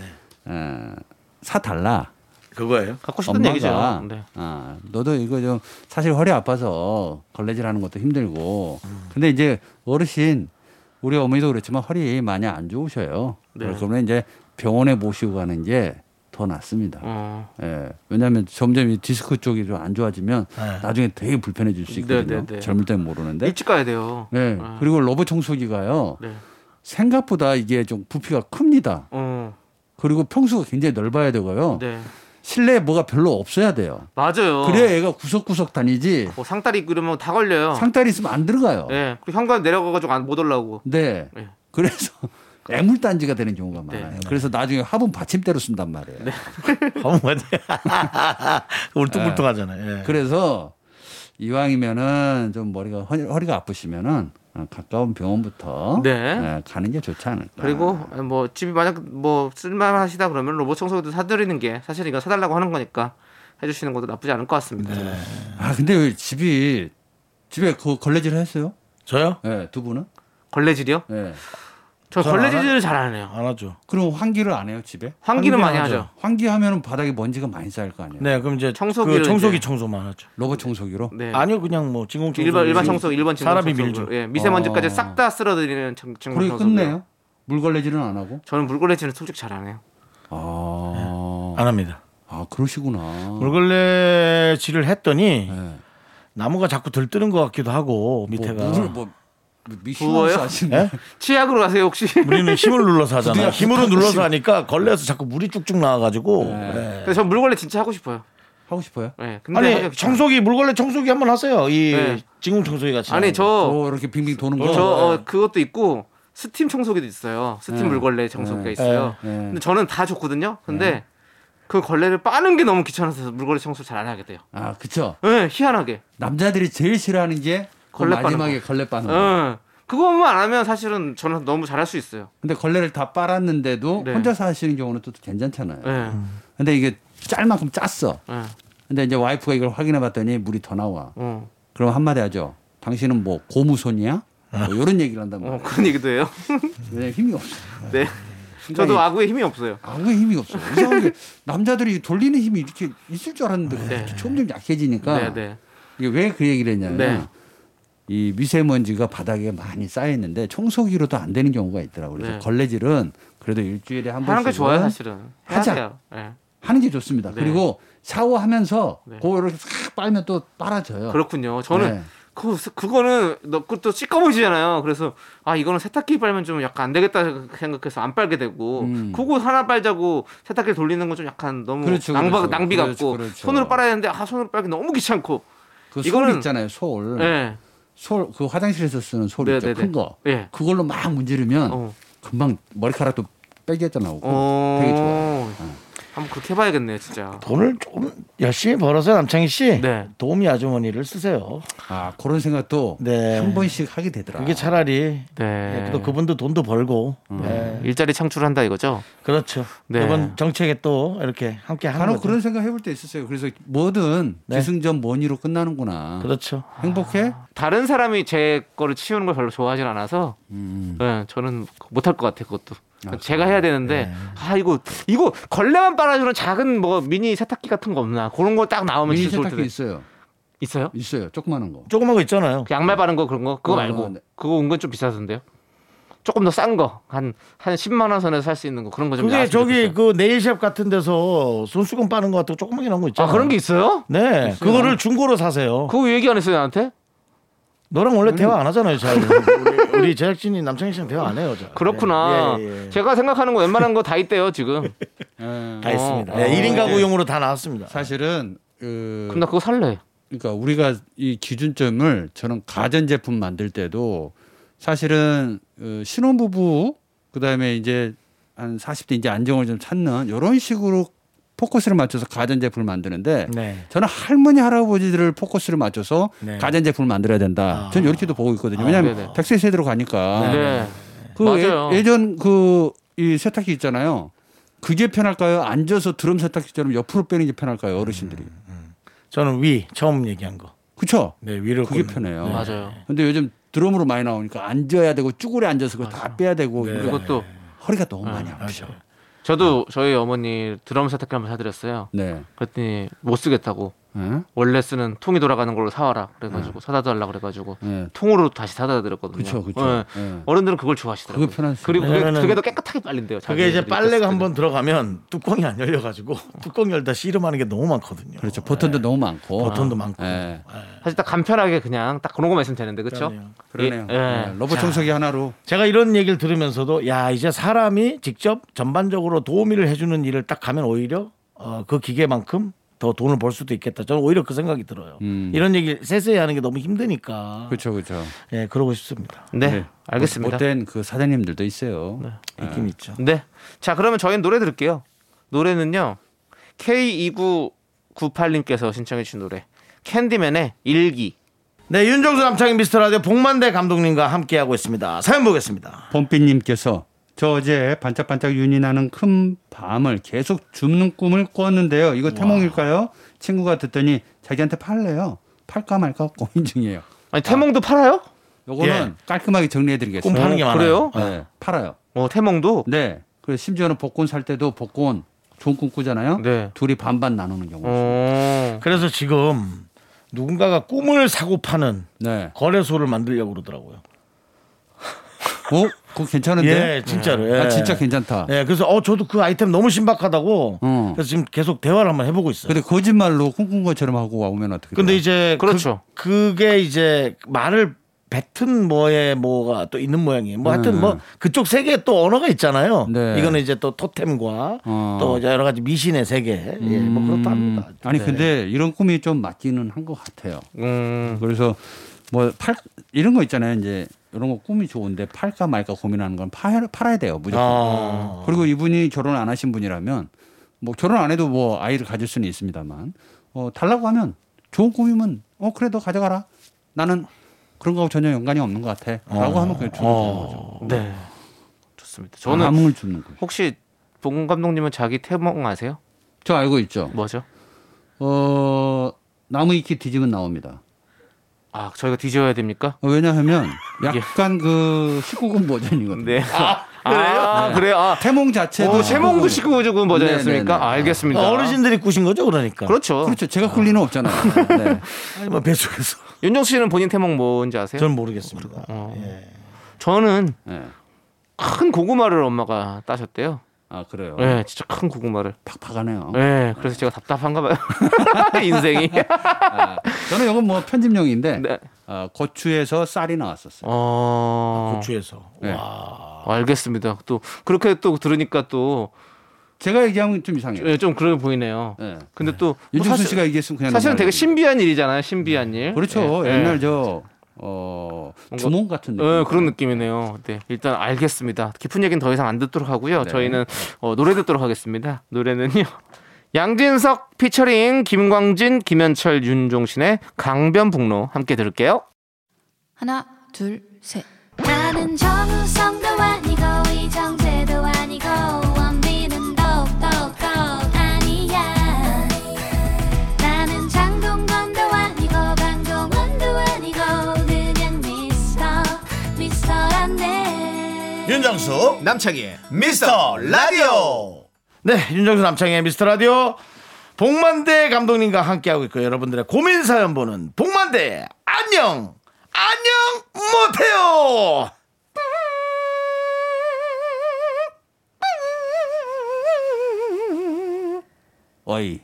Speaker 8: 어, 사달라.
Speaker 3: 그거예요.
Speaker 4: 갖고 싶은
Speaker 8: 엄마가
Speaker 4: 얘기죠. 네.
Speaker 8: 아, 너도 이거 좀 사실 허리 아파서 걸레질하는 것도 힘들고 근데 이제 어르신 우리 어머니도 그렇지만 허리 많이 안 좋으셔요.
Speaker 4: 네.
Speaker 8: 그렇기 때문에 이제 병원에 모시고 가는 게 더 낫습니다.
Speaker 4: 어.
Speaker 8: 예, 왜냐하면 점점 이 디스크 쪽이 좀 안 좋아지면 나중에 되게 불편해질 수 있거든요.
Speaker 4: 네, 네, 네.
Speaker 8: 젊을 땐 모르는데.
Speaker 4: 일찍 가야 돼요.
Speaker 8: 네.
Speaker 4: 아.
Speaker 8: 그리고 로봇 청소기가요.
Speaker 4: 네.
Speaker 8: 생각보다 이게 좀 부피가 큽니다.
Speaker 4: 어.
Speaker 8: 그리고 평수가 굉장히 넓어야 되고요.
Speaker 4: 네.
Speaker 8: 실내에 뭐가 별로 없어야 돼요.
Speaker 4: 맞아요.
Speaker 8: 그래야 얘가 구석구석 다니지
Speaker 4: 뭐 상다리 그러면 다 걸려요.
Speaker 8: 상다리 있으면 안 들어가요. 네.
Speaker 4: 예. 그리고 현관 내려가가지고 안- 못 올라오고. 네.
Speaker 8: 그래서 애물단지가 되는 경우가
Speaker 4: 네.
Speaker 8: 많아요. 그래서 나중에 화분 받침대로 쓴단 말이에요.
Speaker 3: 어머, 맞아요.
Speaker 4: 네.
Speaker 3: 울퉁불퉁하잖아요. 예.
Speaker 8: 그래서 이왕이면은 좀 머리가 허리, 허리가 아프시면은 어, 가까운 병원부터
Speaker 4: 네.
Speaker 8: 예, 가는 게 좋지 않을까.
Speaker 4: 그리고
Speaker 3: 아.
Speaker 4: 뭐 집이 만약 뭐 쓸만하시다 그러면 로봇 청소기도 사드리는 게 사실 이거 사달라고 하는 거니까 해주시는 것도 나쁘지 않을 것 같습니다.
Speaker 3: 네.
Speaker 8: 아 근데 왜 집이 집에 그 걸레질 했어요?
Speaker 3: 저요?
Speaker 8: 예, 두 분은?
Speaker 4: 걸레질이요?
Speaker 8: 예.
Speaker 4: 저
Speaker 3: 저는
Speaker 4: 걸레질을 잘 안 해요.
Speaker 3: 안 하죠.
Speaker 8: 그럼 환기를 안 해요 집에?
Speaker 4: 환기는 많이
Speaker 3: 하죠.
Speaker 4: 하죠.
Speaker 8: 환기하면은 바닥에 먼지가 많이 쌓일 거 아니에요.
Speaker 3: 네, 그럼 이제
Speaker 4: 청소기를
Speaker 3: 그 청소기
Speaker 4: 이제-
Speaker 3: 청소만 하죠.
Speaker 8: 로봇 청소기로.
Speaker 4: 네.
Speaker 3: 아니요, 그냥 뭐 진공 청소.
Speaker 4: 일반 일반 청소 일반 진공
Speaker 3: 사람이
Speaker 4: 청소기로.
Speaker 3: 밀죠.
Speaker 4: 예, 미세먼지까지
Speaker 8: 어.
Speaker 4: 싹 다 쓸어드리는 진- 진공
Speaker 8: 그리고
Speaker 4: 청소.
Speaker 8: 끝내요. 물걸레질은 안 하고.
Speaker 4: 저는 물걸레질은 솔직히 잘 안 해요. 예.
Speaker 8: 아,
Speaker 3: 안 합니다.
Speaker 8: 아 그러시구나.
Speaker 4: 어.
Speaker 8: 뭐
Speaker 3: 물걸레질을 했더니
Speaker 8: 네.
Speaker 3: 나무가 자꾸 들뜨는 것 같기도 하고
Speaker 8: 뭐
Speaker 3: 밑에가 예?
Speaker 8: 물을 뭐 미시마스
Speaker 4: 부어요?
Speaker 8: 하시네.
Speaker 4: 치약으로 하세요 혹시?
Speaker 3: 우리는 힘을 눌러서
Speaker 8: 부디야,
Speaker 3: 하잖아요. 힘으로
Speaker 8: 부탁하시네.
Speaker 3: 눌러서 하니까 걸레에서 자꾸 물이 쭉쭉 나와가지고. 예.
Speaker 4: 근데 전 물걸레 진짜 하고 싶어요.
Speaker 8: 하고 싶어요?
Speaker 4: 예.
Speaker 3: 아니
Speaker 4: 네. 근데 하기 귀찮아요.
Speaker 3: 청소기 물걸레 청소기 한번 하세요. 이
Speaker 4: 네.
Speaker 3: 진공 청소기 같이.
Speaker 4: 아니 저
Speaker 8: 어, 이렇게 빙빙 도는 거.
Speaker 4: 저 어, 그것도 있고 스팀 청소기도 있어요. 스팀
Speaker 8: 네.
Speaker 4: 물걸레 청소기가
Speaker 8: 네.
Speaker 4: 있어요.
Speaker 8: 네.
Speaker 4: 근데 저는 다 좋거든요. 근데 그 걸레를 빠는 게 너무 귀찮아서 물걸레 청소를 잘 안 하게 돼요.
Speaker 8: 아 그쵸.
Speaker 4: 예, 희한하게.
Speaker 8: 남자들이 제일 싫어하는 게그
Speaker 4: 걸레 빠는
Speaker 8: 마지막에 걸레 빠는
Speaker 4: 예.
Speaker 8: 거.
Speaker 4: 그거만 안 하면 사실은 저는 너무 잘할 수 있어요.
Speaker 8: 근데 걸레를 다 빨았는데도
Speaker 4: 네.
Speaker 8: 혼자서 하시는 경우는 또 괜찮잖아요.
Speaker 4: 예.
Speaker 8: 근데 이게 짤 만큼 짰어.
Speaker 4: 예.
Speaker 8: 근데 이제 와이프가 이걸 확인해 봤더니 물이 더 나와.
Speaker 4: 어.
Speaker 8: 그럼 한마디 하죠. 당신은 뭐 고무손이야? 뭐 이런 얘기를 한단 말이야.
Speaker 4: 어, 그런 얘기도 해요.
Speaker 8: 왜냐면 힘이 없어.
Speaker 4: 네. 저도 아구에 힘이 없어요.
Speaker 8: 아무 힘이 없어. 이상하게 남자들이 돌리는 힘이 이렇게 있을 줄 알았는데
Speaker 4: 네.
Speaker 8: 점점 약해지니까
Speaker 4: 네, 네.
Speaker 8: 이게 왜 그 얘기를 했냐면
Speaker 4: 네.
Speaker 8: 이 미세먼지가 바닥에 많이 쌓여 있는데 청소기로도 안 되는 경우가 있더라고요. 그래서
Speaker 4: 네.
Speaker 8: 걸레질은 그래도 일주일에 한 번씩 뭐
Speaker 4: 하는 게 좋아요, 사실은. 해야
Speaker 8: 하자.
Speaker 4: 돼요. 예.
Speaker 8: 하는 게 좋습니다.
Speaker 4: 네.
Speaker 8: 그리고 샤워하면서
Speaker 4: 네.
Speaker 8: 그거 이렇게 싹 빨면 또 빨아져요.
Speaker 4: 그렇군요. 저는
Speaker 8: 그러니까. 네.
Speaker 4: 그, 그거는 너 그것도 찌꺼무지잖아요. 그래서 아 이거는 세탁기 빨면 좀 약간 안 되겠다 생각해서 안 빨게 되고
Speaker 8: 음.
Speaker 4: 그거 하나 빨자고 세탁기 돌리는 건 좀 약간 너무
Speaker 8: 그렇죠,
Speaker 4: 낭바,
Speaker 8: 그렇죠.
Speaker 4: 낭비
Speaker 8: 그렇죠,
Speaker 4: 같고
Speaker 8: 그렇죠.
Speaker 4: 손으로 빨아야 되는데 아 손으로 빨기 너무 귀찮고
Speaker 8: 그
Speaker 4: 이거는-
Speaker 8: 솔 있잖아요. 솔.
Speaker 4: 예.
Speaker 8: 솔. 그 화장실에서 쓰는 솔
Speaker 4: 네,
Speaker 8: 있죠.
Speaker 4: 네, 네.
Speaker 8: 큰 거.
Speaker 4: 예.
Speaker 8: 그걸로 막 문지르면
Speaker 4: 어.
Speaker 8: 금방 머리카락도 빼개져 나오고
Speaker 4: 어.
Speaker 8: 음, 되게 좋아요. 네.
Speaker 4: 한번 그렇게 해봐야겠네요, 진짜.
Speaker 3: 돈을 좀 열심히 벌어서 남창희 씨
Speaker 4: 네.
Speaker 3: 도우미 아주머니를 쓰세요.
Speaker 8: 아 그런 생각도
Speaker 3: 네.
Speaker 8: 한 번씩 하게 되더라.
Speaker 3: 그게 차라리
Speaker 4: 아.
Speaker 3: 예,
Speaker 4: 네.
Speaker 3: 또 그분도 돈도 벌고. 네.
Speaker 4: 일자리 창출한다 이거죠.
Speaker 3: 그렇죠.
Speaker 4: 네.
Speaker 3: 이번 정책에 또 이렇게 함께 하는
Speaker 8: 간혹
Speaker 3: 거죠.
Speaker 8: 그런 생각 해볼 때 있었어요. 그래서 뭐든
Speaker 3: 네.
Speaker 8: 기승전 머니로 끝나는구나.
Speaker 3: 그렇죠.
Speaker 8: 행복해?
Speaker 4: 다른 사람이 제 거를 치우는 걸 별로 좋아하진 않아서
Speaker 3: 음.
Speaker 4: 예, 저는 못할 것 같아요 그것도 제가 해야 되는데
Speaker 3: 네.
Speaker 4: 아 이거 이거 걸레만 빨아주는 작은 뭐 미니 세탁기 같은 거 없나 그런 거 딱 나오면
Speaker 8: 미니
Speaker 4: 진짜 좋을
Speaker 8: 세탁기
Speaker 4: 텐데
Speaker 8: 있어요.
Speaker 4: 있어요?
Speaker 8: 있어요. 조그마한 거.
Speaker 3: 조그만 거 있잖아요.
Speaker 4: 그 양말 바른 거 그런 거 그거
Speaker 8: 어,
Speaker 4: 말고
Speaker 8: 네.
Speaker 4: 그거 은근 좀 비싸던데요. 조금 더 싼 거 한 한 10만 원 선에서 살 수 있는 거 그런 거좀
Speaker 3: 그게 저기 그 네일샵 같은 데서 손수건 빠는 거 같은 거 조그맣게 나온 거
Speaker 4: 아
Speaker 3: 있잖아요.
Speaker 4: 그런 게 있어요?
Speaker 3: 네, 그거를 중고로 사세요.
Speaker 4: 그거 왜 얘기 안 했어요 나한테?
Speaker 3: 너랑 원래 대화 안 하잖아요, 잘. 음. 우리, 우리 제작진이 남창희 씨랑 대화 안 해요, 잘.
Speaker 4: 그렇구나.
Speaker 3: 아, 예, 예, 예.
Speaker 4: 제가 생각하는 거 웬만한 거 다 있대요 지금.
Speaker 3: 다 있습니다.
Speaker 4: 어,
Speaker 3: 네,
Speaker 4: 어,
Speaker 3: 1인
Speaker 4: 예.
Speaker 3: 가구용으로 다 나왔습니다.
Speaker 8: 사실은 그
Speaker 4: 그럼 나 그거 살래.
Speaker 8: 그러니까 우리가 이 기준점을 저는 가전 제품 만들 때도 사실은 어, 신혼부부 그다음에 이제 한 40대 이제 안정을 좀 찾는 이런 식으로 포커스를 맞춰서 가전 제품을 만드는데
Speaker 3: 네.
Speaker 8: 저는 할머니 할아버지들을 포커스를 맞춰서
Speaker 3: 네.
Speaker 8: 가전 제품을 만들어야 된다. 저는 이렇게도 보고 있거든요. 왜냐하면
Speaker 4: 아. 네네.
Speaker 8: 100세 세대로
Speaker 3: 아,
Speaker 8: 가니까
Speaker 4: 네.
Speaker 8: 그
Speaker 4: 맞아요.
Speaker 8: 예, 예전 그 이 세탁기 있잖아요. 그게 편할까요? 앉아서 드럼 세탁기처럼 옆으로 빼는 게 편할까요? 어르신들이.
Speaker 4: 음.
Speaker 3: 저는 위 처음 얘기한 거.
Speaker 8: 그렇죠?
Speaker 3: 네, 위를
Speaker 8: 그게
Speaker 3: 꽂는.
Speaker 8: 편해요.
Speaker 4: 어, 맞아요.
Speaker 8: 근데 요즘 드럼으로 많이 나오니까 앉아야 되고 쭈그려 앉아서 그거 다 빼야 되고
Speaker 4: 그리고
Speaker 8: 그리고
Speaker 4: 또
Speaker 8: 허리가 너무 많이 아프죠.
Speaker 4: 저도 저희 어머니 드럼 세탁기 한번 사드렸어요.
Speaker 8: 네.
Speaker 4: 그랬더니 못 쓰겠다고
Speaker 8: 예?
Speaker 4: 원래 쓰는 통이 돌아가는 걸로 사와라 그래가지고 사다 달라 그래가지고
Speaker 8: 네.
Speaker 4: 통으로 다시 사다 드렸거든요.
Speaker 8: 그쵸, 그쵸. 네.
Speaker 4: 어른들은 그걸 좋아하시더라고요.
Speaker 8: 그게 편하죠.
Speaker 4: 리고 그게,
Speaker 3: 왜냐면은
Speaker 4: 그게 더 깨끗하게 빨린대요.
Speaker 3: 그게 이제
Speaker 8: 네,
Speaker 4: 자기들이
Speaker 3: 빨래가
Speaker 4: 뺐을 때는.
Speaker 3: 한번 들어가면 뚜껑이 안 열려가지고 뚜껑 열다 씨름하는 게 너무 많거든요.
Speaker 8: 그렇죠. 버튼도 너무 많고.
Speaker 3: 버튼도 많고.
Speaker 8: 예.
Speaker 4: 사실 딱 간편하게 그냥 딱 그런 거만 있으면 되는데 그렇죠?
Speaker 8: 그러네요.
Speaker 3: 그러네요.
Speaker 4: 예.
Speaker 8: 예, 로봇 청소기 하나로.
Speaker 3: 제가 이런 얘기를 들으면서도 야 이제 사람이 직접 전반적으로 도우미를 해주는 일을 딱 가면 오히려 어, 그 기계만큼 더 돈을 벌 수도 있겠다. 저는 오히려 그 생각이 들어요.
Speaker 8: 음.
Speaker 3: 이런 얘기 세세히 하는 게 너무 힘드니까.
Speaker 8: 그렇죠, 그렇죠.
Speaker 3: 예, 그러고 싶습니다.
Speaker 4: 네,
Speaker 8: 네.
Speaker 4: 알겠습니다.
Speaker 8: 못된 그 사장님들도 있어요.
Speaker 3: 있긴 있죠.
Speaker 4: 네, 자 그러면 저희는 노래 들을게요. 노래는요 K2998님께서 신청해주신 노래 캔디맨의 일기.
Speaker 3: 네, 윤정수 남창인 미스터 라디오 복만대 감독님과 함께하고 있습니다. 사연 보겠습니다.
Speaker 8: 봄비님께서 저 어제 반짝반짝 윤이 나는 큰 밤을 계속 줍는 꿈을 꿨는데요. 이거 태몽일까요? 친구가 듣더니 자기한테 팔래요. 팔까 말까 고민 중이에요.
Speaker 4: 아니 태몽도 팔아요?
Speaker 8: 요거는 깔끔하게 정리해드리겠습니다.
Speaker 3: 예. 꿈 파는 게 많아요.
Speaker 4: 어, 그래요?
Speaker 8: 네, 팔아요.
Speaker 4: 어 태몽도.
Speaker 8: 네. 그리고 심지어는 복권 살 때도 복권 좋은 꿈 꾸잖아요.
Speaker 4: 네.
Speaker 8: 둘이 반반 나누는 경우.
Speaker 4: 어.
Speaker 3: 그래서 지금 누군가가 꿈을 사고 파는
Speaker 8: 네.
Speaker 3: 거래소를 만들려고 그러더라고요.
Speaker 8: 어? 그거 괜찮은데?
Speaker 3: 예, 진짜로. 예.
Speaker 8: 아, 진짜 괜찮다.
Speaker 3: 예, 그래서 어 저도 그 아이템 너무 신박하다고.
Speaker 8: 어.
Speaker 3: 그래서 지금 계속 대화를 한번 해보고 있어요.
Speaker 8: 근데 거짓말로 꿈꾼 것처럼 하고 와오면 어떻게
Speaker 3: 근데
Speaker 8: 돼요?
Speaker 3: 이제
Speaker 4: 그렇죠.
Speaker 3: 그, 게 이제 말을 뱉은 뭐에 뭐가 또 있는 모양이에요. 뭐 하여튼 뭐 그쪽 세계에 또 언어가 있잖아요.
Speaker 8: 네.
Speaker 3: 이거는 이제 또 토템과
Speaker 8: 어. 음.
Speaker 3: 또 이제 여러 가지 미신의 세계. 예, 뭐 그렇다 합니다.
Speaker 8: 아니
Speaker 3: 네.
Speaker 8: 근데 이런 꿈이 좀 맞기는 한 것 같아요.
Speaker 4: 음.
Speaker 8: 그래서 뭐 팔 이런 거 있잖아요. 이제 이런 거 꿈이 좋은데 팔까 말까 고민하는 건 팔, 팔아야 돼요 무조건.
Speaker 3: 아.
Speaker 8: 그리고 이분이 결혼 안 하신 분이라면 뭐 결혼 안 해도 뭐 아이를 가질 수는 있습니다만 어 달라고 하면 좋은 꿈이면 어 그래 너 가져가라. 나는 그런 거하고 전혀 연관이 없는 것 같아.라고 하면 그냥 주는 거죠.
Speaker 4: 네. 좋습니다. 어. 저는
Speaker 8: 암을 주는 거죠.
Speaker 4: 혹시 봉 감독님은 자기 태몽 아세요?
Speaker 8: 저 알고 있죠.
Speaker 4: 뭐죠?
Speaker 8: 어 나무 익히 뒤집은 나옵니다.
Speaker 4: 아 저희가 뒤져야 됩니까?
Speaker 8: 어, 왜냐하면
Speaker 4: 예.
Speaker 8: 약간 그 19금 버전이거든요.
Speaker 4: 아, 그래요? 아, 그래요? 아,
Speaker 8: 태몽 자체도
Speaker 4: 오, 세몽구
Speaker 8: 19금.
Speaker 4: 19구 조금 버전이었습니까?
Speaker 8: 네네네.
Speaker 4: 아, 알겠습니다.
Speaker 3: 어르신들이 꾸신 거죠, 그러니까.
Speaker 4: 그렇죠.
Speaker 8: 그러니까 그렇죠. 제가 꿀 리는 없잖아요.
Speaker 4: 어.
Speaker 8: 네.
Speaker 3: 아니 뭐 배속에서.
Speaker 4: 윤정수 씨는 본인 태몽 뭔지 아세요?
Speaker 3: 저는 모르겠습니다. 어.
Speaker 4: 저는
Speaker 8: 네.
Speaker 4: 큰 고구마를 엄마가 따셨대요.
Speaker 8: 아 그래요.
Speaker 4: 예, 진짜 큰 고구마를.
Speaker 8: 팍팍하네요.
Speaker 4: 예, 그래서 제가 답답한가 봐요. 인생이.
Speaker 8: 어. 아, 저는 이건 뭐 편집용인데
Speaker 4: 네.
Speaker 8: 어, 고추에서 쌀이 나왔었어요.
Speaker 4: 어,
Speaker 3: 고추에서.
Speaker 8: 네.
Speaker 4: 알겠습니다. 또 그렇게 또 들으니까 또
Speaker 8: 제가 얘기하면 좀 이상해요.
Speaker 4: 예, 좀 그래 보이네요.
Speaker 8: 네.
Speaker 4: 근데 또뭐
Speaker 8: 윤정수
Speaker 4: 사실-
Speaker 8: 씨가 얘기했으면 그냥
Speaker 4: 사실은 되게
Speaker 8: 넘어가는
Speaker 4: 신비한 일이잖아요. 신비한 일.
Speaker 8: 거예요. 그렇죠.
Speaker 4: 예,
Speaker 8: 옛날
Speaker 4: 예.
Speaker 8: 저 어,
Speaker 4: 뭔가-
Speaker 8: 주몽 같은 느낌.
Speaker 4: 예, 그런 느낌이네요. 네, 일단 알겠습니다. 깊은 얘기는 더 이상 안 듣도록 하고요. 저희는 어, 노래 듣도록 하겠습니다. 노래는요. 양진석 피처링 김광진, 김현철, 윤종신의 강변북로 함께 들을게요.
Speaker 9: 하나, 둘, 셋.
Speaker 6: 나는 정우성도 아니고 이정재도 아니고 원빈은 더욱더 아니야 나는 장동건도 아니고 강동원도 아니고 그냥 미스터 미스터란데
Speaker 3: 윤정수 남창희 미스터 라디오. 네, 윤정수 남창희 미스터 라디오. 복만대 감독님과 함께하고 있고 여러분들의 고민 사연 보는 복만대 안녕 안녕 못해요.
Speaker 8: 어이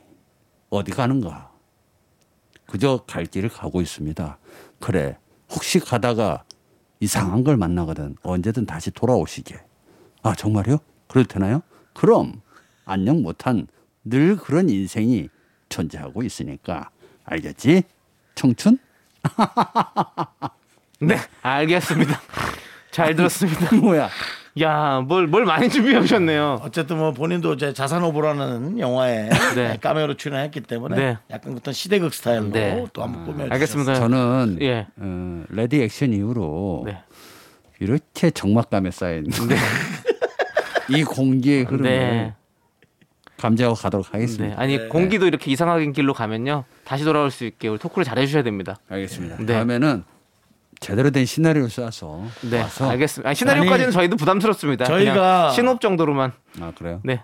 Speaker 8: 어디 가는가? 그저 갈 길을 가고 있습니다. 그래 혹시 가다가 이상한 걸 만나거든 언제든 다시 돌아오시게. 아 정말요? 그래도 되나요? 그럼 안녕 못한 늘 그런 인생이 존재하고 있으니까 알겠지? 청춘?
Speaker 4: 네, 알겠습니다. 잘 들었습니다.
Speaker 8: 뭐야?
Speaker 4: 야, 뭘, 뭘 많이 준비해 오셨네요.
Speaker 3: 어쨌든 뭐 본인도 이제 자산 오보라는 영화에
Speaker 4: 네.
Speaker 3: 까메오로 출연했기 때문에
Speaker 4: 네.
Speaker 3: 약간 어떤 시대극 스타일로
Speaker 4: 네.
Speaker 3: 또 한번 꾸며
Speaker 4: 알겠습니다.
Speaker 8: 저는
Speaker 4: 예.
Speaker 8: 어, 레디 액션 이후로
Speaker 4: 네.
Speaker 8: 이렇게 적막감에 쌓인 이 공기의 흐름을
Speaker 4: 네.
Speaker 8: 감지하고 가도록
Speaker 4: 네.
Speaker 8: 하겠습니다.
Speaker 4: 아니, 공기도 이렇게 이상한 길로 가면요. 다시 돌아올 수 있게 오늘 토크를 잘해 주셔야 됩니다.
Speaker 8: 알겠습니다.
Speaker 4: 네.
Speaker 8: 다음에는 제대로 된 시나리오 써서
Speaker 4: 네.
Speaker 8: 와서
Speaker 4: 알겠습니다. 아니, 시나리오까지는 저희도 부담스럽습니다.
Speaker 3: 저희가-
Speaker 4: 그냥 신업 정도로만.
Speaker 8: 아 그래요?
Speaker 4: 네.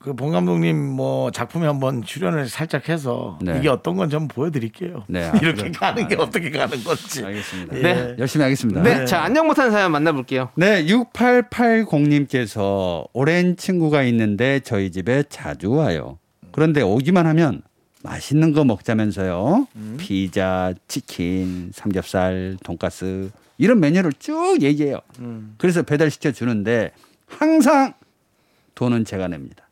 Speaker 3: 그본 감독님 뭐 작품에 한번 출연을 살짝 해서
Speaker 8: 네.
Speaker 3: 이게 어떤 건지 한번 보여드릴게요.
Speaker 8: 네, 아,
Speaker 3: 이렇게
Speaker 8: 그럼-
Speaker 3: 가는 게 어떻게 가는 건지.
Speaker 8: 알겠습니다.
Speaker 3: 예.
Speaker 4: 네.
Speaker 8: 열심히 하겠습니다.
Speaker 4: 네. 자, 안녕 못한 사연 만나볼게요.
Speaker 8: 네, 6880님께서 오랜 친구가 있는데 저희 집에 자주 와요. 그런데 오기만 하면 맛있는 거 먹자면서요. 피자, 치킨, 삼겹살, 돈가스 이런 메뉴를 쭉 얘기해요. 그래서 배달시켜 주는데 항상 돈은 제가 냅니다.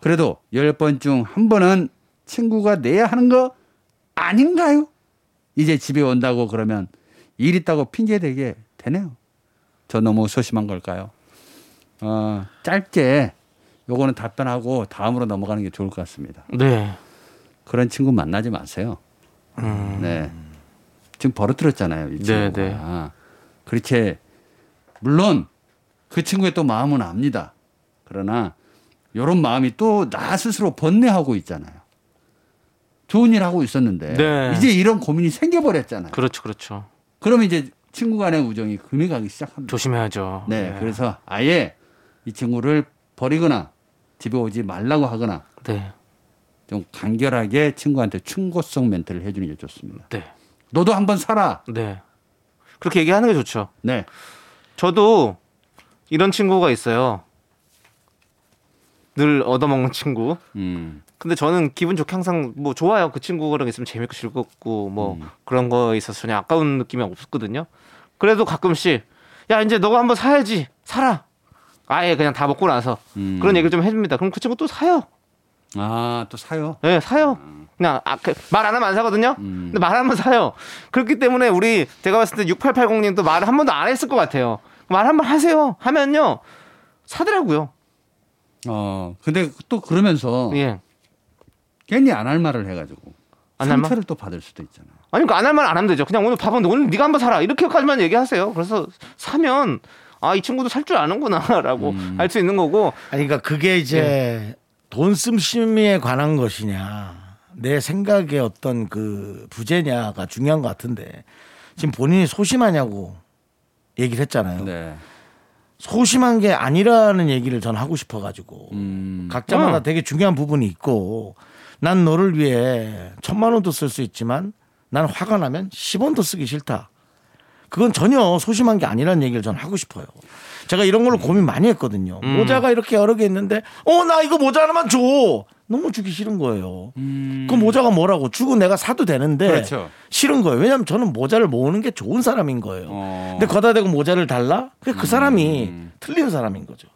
Speaker 8: 그래도 열 번 중 한 번은 친구가 내야 하는 거 아닌가요? 이제 집에 온다고 그러면 일 있다고 핑계 대게 되네요. 저 너무 소심한 걸까요? 어, 짧게 요거는 답변하고 다음으로 넘어가는 게 좋을 것 같습니다.
Speaker 4: 네.
Speaker 8: 그런 친구 만나지 마세요. 네. 지금 버릇들었잖아요. 이
Speaker 4: 음. 네,
Speaker 8: 친구가. 그렇게 물론 그 친구의 또 마음은 압니다. 그러나 요런 마음이 또 나 스스로 번뇌하고 있잖아요. 좋은 일 하고 있었는데
Speaker 4: 네.
Speaker 8: 이제 이런 고민이 생겨버렸잖아요.
Speaker 4: 그렇죠. 그렇죠.
Speaker 8: 그럼 이제 친구 간의 우정이 금이 가기 시작합니다.
Speaker 4: 조심해야죠.
Speaker 8: 네, 그래서 아예 이 친구를 버리거나 집에 오지 말라고 하거나
Speaker 4: 네.
Speaker 8: 좀 간결하게 친구한테 충고성 멘트를 해주는 게 좋습니다.
Speaker 4: 네.
Speaker 8: 너도 한번 살아.
Speaker 4: 네. 그렇게 얘기하는 게 좋죠.
Speaker 8: 네.
Speaker 4: 저도 이런 친구가 있어요. 늘 얻어먹는 친구.
Speaker 8: 음.
Speaker 4: 근데 저는 기분 좋게 항상 뭐 좋아요. 그 친구랑 있으면 재밌고 즐겁고 뭐
Speaker 8: 음.
Speaker 4: 그런 거에 있어서 전혀 아까운 느낌이 없었거든요. 그래도 가끔씩 야 이제 너가 한번 사야지 사라. 아예 그냥 다 먹고 나서
Speaker 8: 음.
Speaker 4: 그런 얘기를 좀 해줍니다. 그럼 그 친구 또 사요.
Speaker 8: 아, 또 사요.
Speaker 4: 예, 사요.
Speaker 3: 음.
Speaker 4: 그냥 아, 말 안 하면 안 사거든요. 근데 말하면 사요. 그렇기 때문에 우리 제가 봤을 때 6880님도 말을 한 번도 안 했을 것 같아요. 말 한 번 하세요. 하면요 사더라고요.
Speaker 8: 어, 근데 또
Speaker 3: 어.
Speaker 8: 그러면서
Speaker 4: 예.
Speaker 8: 괜히 안 할 말을 해가지고
Speaker 4: 안할 말?
Speaker 8: 상처를 또 받을 수도 있잖아요.
Speaker 4: 아니 그러니까 그안 할 말 안 하면 되죠. 그냥 오늘 밥은 오늘 네가 한번 사라 이렇게까지만 얘기하세요. 그래서 사면 아 이 친구도 살 줄 아는구나라고
Speaker 3: 음.
Speaker 4: 알 수 있는 거고
Speaker 3: 아니, 그러니까 그게
Speaker 8: 네.
Speaker 3: 이제 돈 씀씀이에 관한 것이냐, 내 생각의 어떤 그 부재냐가 중요한 것 같은데 지금 본인이 소심하냐고 얘기를 했잖아요.
Speaker 8: 네.
Speaker 3: 소심한 게 아니라는 얘기를 전 하고 싶어가지고
Speaker 8: 음.
Speaker 3: 각자마다
Speaker 4: 음.
Speaker 3: 되게 중요한 부분이 있고 난 너를 위해 천만 원도 쓸 수 있지만 난 화가 나면 10원도 쓰기 싫다. 그건 전혀 소심한 게 아니라는 얘기를 전 하고 싶어요. 제가 이런 걸로 고민 많이 했거든요.
Speaker 8: 음.
Speaker 3: 모자가 이렇게 여러 개 있는데 어 나 이거 모자 하나만 줘. 너무 주기 싫은 거예요. 그 모자가 뭐라고 주고 내가 사도 되는데
Speaker 8: 음. 그렇죠.
Speaker 3: 싫은 거예요. 왜냐하면 저는 모자를 모으는 게 좋은 사람인 거예요.
Speaker 8: 어. 음.
Speaker 3: 근데 거다 대고 모자를 달라? 그그 사람이 틀린 사람인 거죠.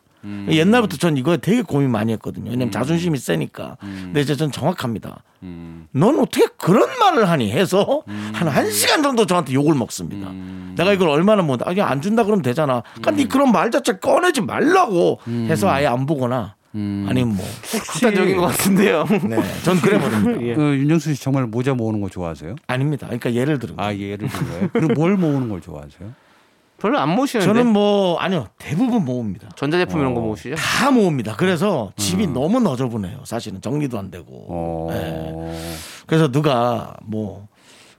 Speaker 3: 옛날부터 전 이거에 되게 고민 많이 했거든요. 왜냐면
Speaker 8: 음.
Speaker 3: 자존심이 세니까. 근데 이제 전 정확합니다.
Speaker 8: 음.
Speaker 3: 넌 어떻게 그런 말을 하니 해서 한 한시간 정도 저한테 욕을 먹습니다.
Speaker 8: 음.
Speaker 3: 내가 이걸 얼마나 못, 아, 이거 안 준다 그러면 되잖아. 그러니까 네 그런 말 자체 꺼내지 말라고
Speaker 8: 음.
Speaker 3: 해서 아예 안 보거나 아니면 뭐.
Speaker 4: 극단적인 것 같은데요.
Speaker 3: 네. 전 그래 버립니다.
Speaker 4: 예.
Speaker 8: 그 윤정수 씨 정말 모자 모으는 거 좋아하세요?
Speaker 3: 아닙니다. 그러니까 예를 들면.
Speaker 8: 아, 예, 예를 들요 그리고 뭘 모으는 걸 좋아하세요?
Speaker 4: 별로 안 모시는데
Speaker 8: 네.
Speaker 3: 저는 뭐, 아니요. 대부분 모읍니다.
Speaker 4: 전자제품 이런 거 모시죠?
Speaker 3: 다 모읍니다.
Speaker 4: 음.
Speaker 3: 그래서 집이 너무 너저분해요. 사실은 정리도 안 되고.
Speaker 8: 어.
Speaker 3: 예. 그래서 누가 뭐,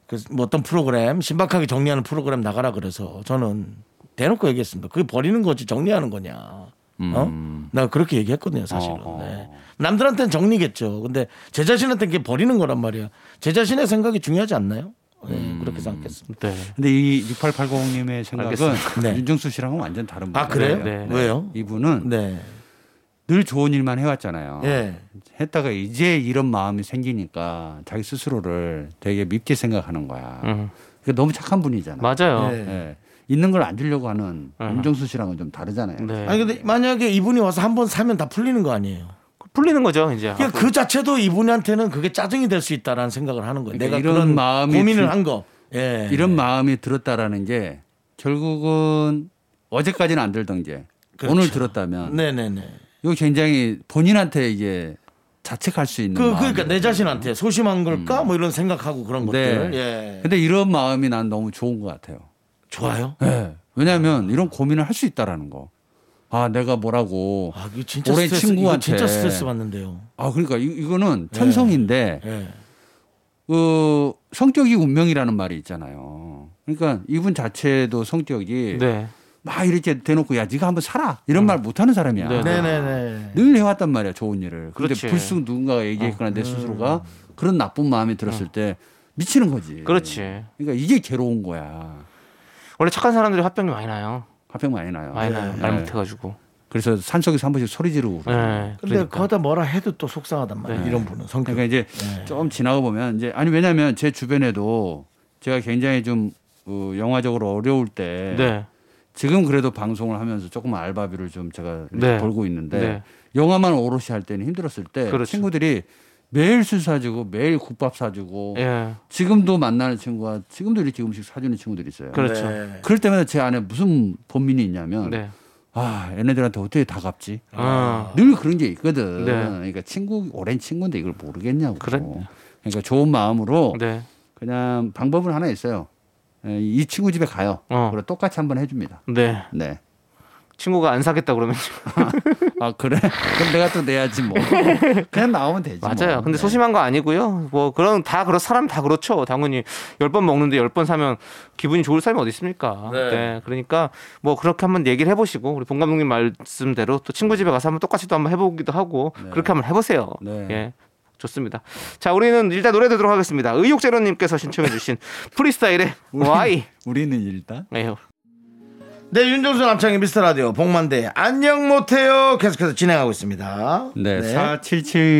Speaker 3: 그 뭐 어떤 프로그램 신박하게 정리하는 프로그램 나가라 그래서 저는 대놓고 얘기했습니다. 그게 버리는 거지 정리하는 거냐. 어? 나 그렇게 얘기했거든요, 사실은.
Speaker 4: 음. 어, 어.
Speaker 3: 네. 남들한테는 정리겠죠. 근데 제 자신한테 는 그게 버리는 거란 말이야. 제 자신의 생각이 중요하지 않나요? 네,
Speaker 4: 음.
Speaker 3: 그렇게 생각했습니다.
Speaker 4: 네.
Speaker 8: 근데 이 6880님의 생각은
Speaker 4: 알겠습니다.
Speaker 3: 네.
Speaker 8: 윤정수 씨랑은 완전 다른
Speaker 3: 아,
Speaker 8: 분이에요.
Speaker 3: 그래요?
Speaker 4: 네.
Speaker 3: 왜요?
Speaker 8: 이분은
Speaker 3: 네.
Speaker 8: 늘 좋은 일만 해왔잖아요.
Speaker 3: 예.
Speaker 8: 했다가 이제 이런 마음이 생기니까 자기 스스로를 되게 밉게 생각하는 거야.
Speaker 4: 음.
Speaker 8: 그러니까 너무 착한 분이잖아.
Speaker 4: 맞아요.
Speaker 3: 네.
Speaker 8: 예. 있는 걸 안 주려고 하는
Speaker 4: 음.
Speaker 8: 윤정수 씨랑은 좀 다르잖아요.
Speaker 4: 네.
Speaker 3: 아니 근데 만약에 이분이 와서 한 번 사면 다 풀리는 거 아니에요?
Speaker 4: 풀리는 거죠, 이제.
Speaker 3: 그러니까 그 자체도 이분한테는 그게 짜증이 될 수 있다라는 생각을 하는 거예요.
Speaker 8: 그러니까
Speaker 3: 내가
Speaker 8: 이런
Speaker 3: 그런
Speaker 8: 마음이
Speaker 3: 고민을
Speaker 8: 들-
Speaker 3: 한 거. 예.
Speaker 8: 이런 마음이 들었다라는 게 결국은 어제까지는 안 들던 게
Speaker 3: 그렇죠.
Speaker 8: 오늘 들었다면
Speaker 3: 네네네.
Speaker 8: 이거 굉장히 본인한테 이게 자책할 수 있는
Speaker 3: 그
Speaker 8: 마음.
Speaker 3: 그러니까 내 자신한테 소심한 걸까 뭐 이런 생각하고 그런
Speaker 8: 네.
Speaker 3: 것들. 예.
Speaker 8: 근데 이런 마음이 난 너무 좋은 것 같아요.
Speaker 3: 좋아요.
Speaker 8: 예. 왜냐하면 이런 고민을 할 수 있다라는 거. 아 내가 뭐라고.
Speaker 3: 아, 이거 진짜
Speaker 8: 오랜
Speaker 3: 스트레스, 이거
Speaker 8: 친구한테.
Speaker 3: 진짜 스트레스 받는데요.
Speaker 8: 아 그러니까 이, 이거는 천성인데
Speaker 3: 예.
Speaker 8: 어, 성격이 운명이라는 말이 있잖아요. 그러니까 이분 자체도
Speaker 3: 그
Speaker 8: 성격이
Speaker 4: 네. 음.
Speaker 8: 막 이렇게 대놓고 야 네가 한번 살아 이런 말 못하는 사람이야.
Speaker 4: 네, 네.
Speaker 3: 네네네.
Speaker 8: 늘 해왔단 말이야 좋은 일을. 그런데
Speaker 4: 그렇지. 아, 음.
Speaker 8: 불쑥 누군가가 얘기했거나 내 스스로가 그런 나쁜 마음이 들었을 때 미치는
Speaker 3: 예.
Speaker 8: 거지.
Speaker 4: 그렇지.
Speaker 8: 그러니까 이게 괴로운 거야.
Speaker 4: 원래 착한 사람들이 화병이 많이 나요.
Speaker 8: 화평 많이 나요.
Speaker 4: 많이 나요. 말
Speaker 8: 네.
Speaker 4: 못해가지고.
Speaker 8: 그래서 산속에서 한 번씩 소리 지르고.
Speaker 4: 네.
Speaker 8: 그래요.
Speaker 3: 근데 거기다 뭐라 해도 또 속상하단 말이에요.
Speaker 4: 네.
Speaker 3: 이런 분은 성격.
Speaker 8: 그러니까 이제 좀 지나고 보면 이제 아니 왜냐하면 제 주변에도 제가 굉장히 좀 어, 영화적으로 어려울 때
Speaker 4: 네.
Speaker 8: 지금 그래도 방송을 하면서 조금 알바비를 좀 제가 이렇게
Speaker 4: 네.
Speaker 8: 벌고 있는데
Speaker 4: 네.
Speaker 8: 영화만 오롯이 할 때는 힘들었을 때
Speaker 4: 그렇죠.
Speaker 8: 친구들이 매일 술 사주고 매일 국밥 사주고
Speaker 4: 예.
Speaker 8: 지금도 만나는 친구가 지금도 이렇게 음식 사주는 친구들이 있어요. 그
Speaker 4: 그렇죠. 네.
Speaker 8: 럴 때마다 제 안에 무슨 본민이 있냐면
Speaker 4: 네.
Speaker 8: 아 얘네들한테 어떻게 다 갚지?
Speaker 4: 아.
Speaker 8: 늘 그런 게 있거든.
Speaker 4: 네.
Speaker 8: 그러니까 친구 오랜 친구인데 이걸 모르겠냐고.
Speaker 4: 그래?
Speaker 8: 그러니까 좋은 마음으로
Speaker 4: 네.
Speaker 8: 그냥 방법은 하나 있어요. 에, 이 친구 집에 가요.
Speaker 4: 어.
Speaker 8: 그리고 똑같이 한번 해줍니다.
Speaker 4: 네.
Speaker 8: 네.
Speaker 4: 친구가 안 사겠다 그러면
Speaker 8: 아 그래? 그럼 내가 또 내야지 뭐. 그냥 나오면 되지.
Speaker 4: 맞아요.
Speaker 8: 뭐. 네.
Speaker 4: 근데 소심한 거 아니고요. 뭐 그런 다 그런 사람 다 그렇죠. 당연히 열 번 먹는데 열 번 사면 기분이 좋을 사람이 어디 있습니까? 네. 그러니까 뭐 그렇게 한번 얘기를 해보시고 우리 본 감독님 말씀대로 또 친구 집에 가서 한번 똑같이 또 한번 해보기도 하고 그렇게 한번 해보세요.
Speaker 8: 네.
Speaker 4: 예. 좋습니다. 자, 우리는 일단 노래 듣도록 하겠습니다. 의욕제로님께서 신청해주신 프리스타일의 와이.
Speaker 8: 우리는 일단
Speaker 4: 예.
Speaker 3: 네, 윤종수 남창의 미스터 라디오 복만대 안녕 못해요 계속해서 진행하고 있습니다.
Speaker 8: 네,
Speaker 3: 네.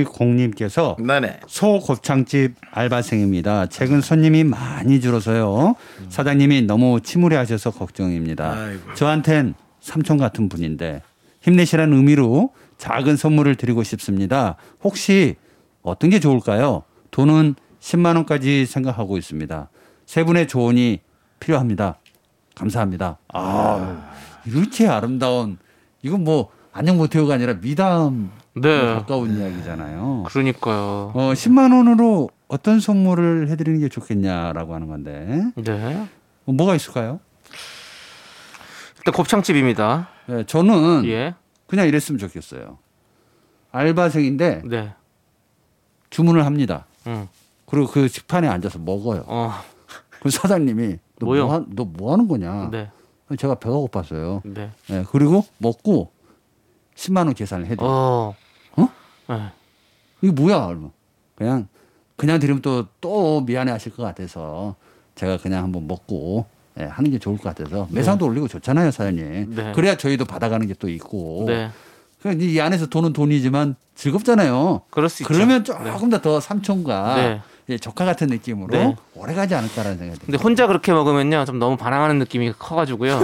Speaker 8: 4770님께서
Speaker 3: 네네.
Speaker 8: 소곱창집 알바생입니다. 최근 손님이 많이 줄어서요. 사장님이 너무 침울해하셔서 걱정입니다.
Speaker 3: 아이고.
Speaker 8: 저한텐 삼촌 같은 분인데 힘내시라는 의미로 작은 선물을 드리고 싶습니다. 혹시 어떤 게 좋을까요? 돈은 10만 원까지 생각하고 있습니다. 세 분의 조언이 필요합니다. 감사합니다. 아, 이렇게 아름다운 이건 뭐 안녕 못해요가 아니라 미담 뭐
Speaker 4: 네.
Speaker 8: 가까운 이야기잖아요.
Speaker 4: 그러니까요.
Speaker 8: 어, 10만 원으로 어떤 선물을 해드리는 게 좋겠냐라고 하는 건데
Speaker 4: 네.
Speaker 8: 어, 뭐가 있을까요?
Speaker 4: 일단 곱창집입니다.
Speaker 8: 예, 저는
Speaker 4: 예.
Speaker 8: 그냥 이랬으면 좋겠어요. 알바생인데
Speaker 4: 네.
Speaker 8: 주문을 합니다.
Speaker 4: 음.
Speaker 8: 그리고 그 식판에 앉아서 먹어요.
Speaker 4: 어.
Speaker 8: 그 사장님이
Speaker 4: 뭐요?
Speaker 8: 너뭐 너뭐 하는 거냐?
Speaker 4: 네.
Speaker 8: 제가 배가 고팠어요.
Speaker 4: 네.
Speaker 8: 예, 그리고 먹고 10만 원 계산을 해줘. 요
Speaker 4: 어.
Speaker 8: 네. 어?
Speaker 4: 네.
Speaker 8: 이게 뭐야? 그러면 그냥 그냥 드리면 또 또 미안해하실 것 같아서 제가 그냥 한번 먹고 예, 하는 게 좋을 것 같아서 매상도 올리고 좋잖아요, 사장님.
Speaker 4: 네.
Speaker 8: 그래야 저희도 받아가는 게 또 있고.
Speaker 4: 네.
Speaker 8: 그러니까 이 안에서 돈은 돈이지만 즐겁잖아요.
Speaker 4: 그럴 수 있죠.
Speaker 8: 그러면 조금 더 더 삼촌과
Speaker 4: 네.
Speaker 8: 예, 조카 같은 느낌으로
Speaker 4: 네.
Speaker 8: 오래가지 않을까라는 생각이 듭니다.
Speaker 4: 근데 혼자 그렇게 먹으면요 좀 너무 반항하는 느낌이 커가지고요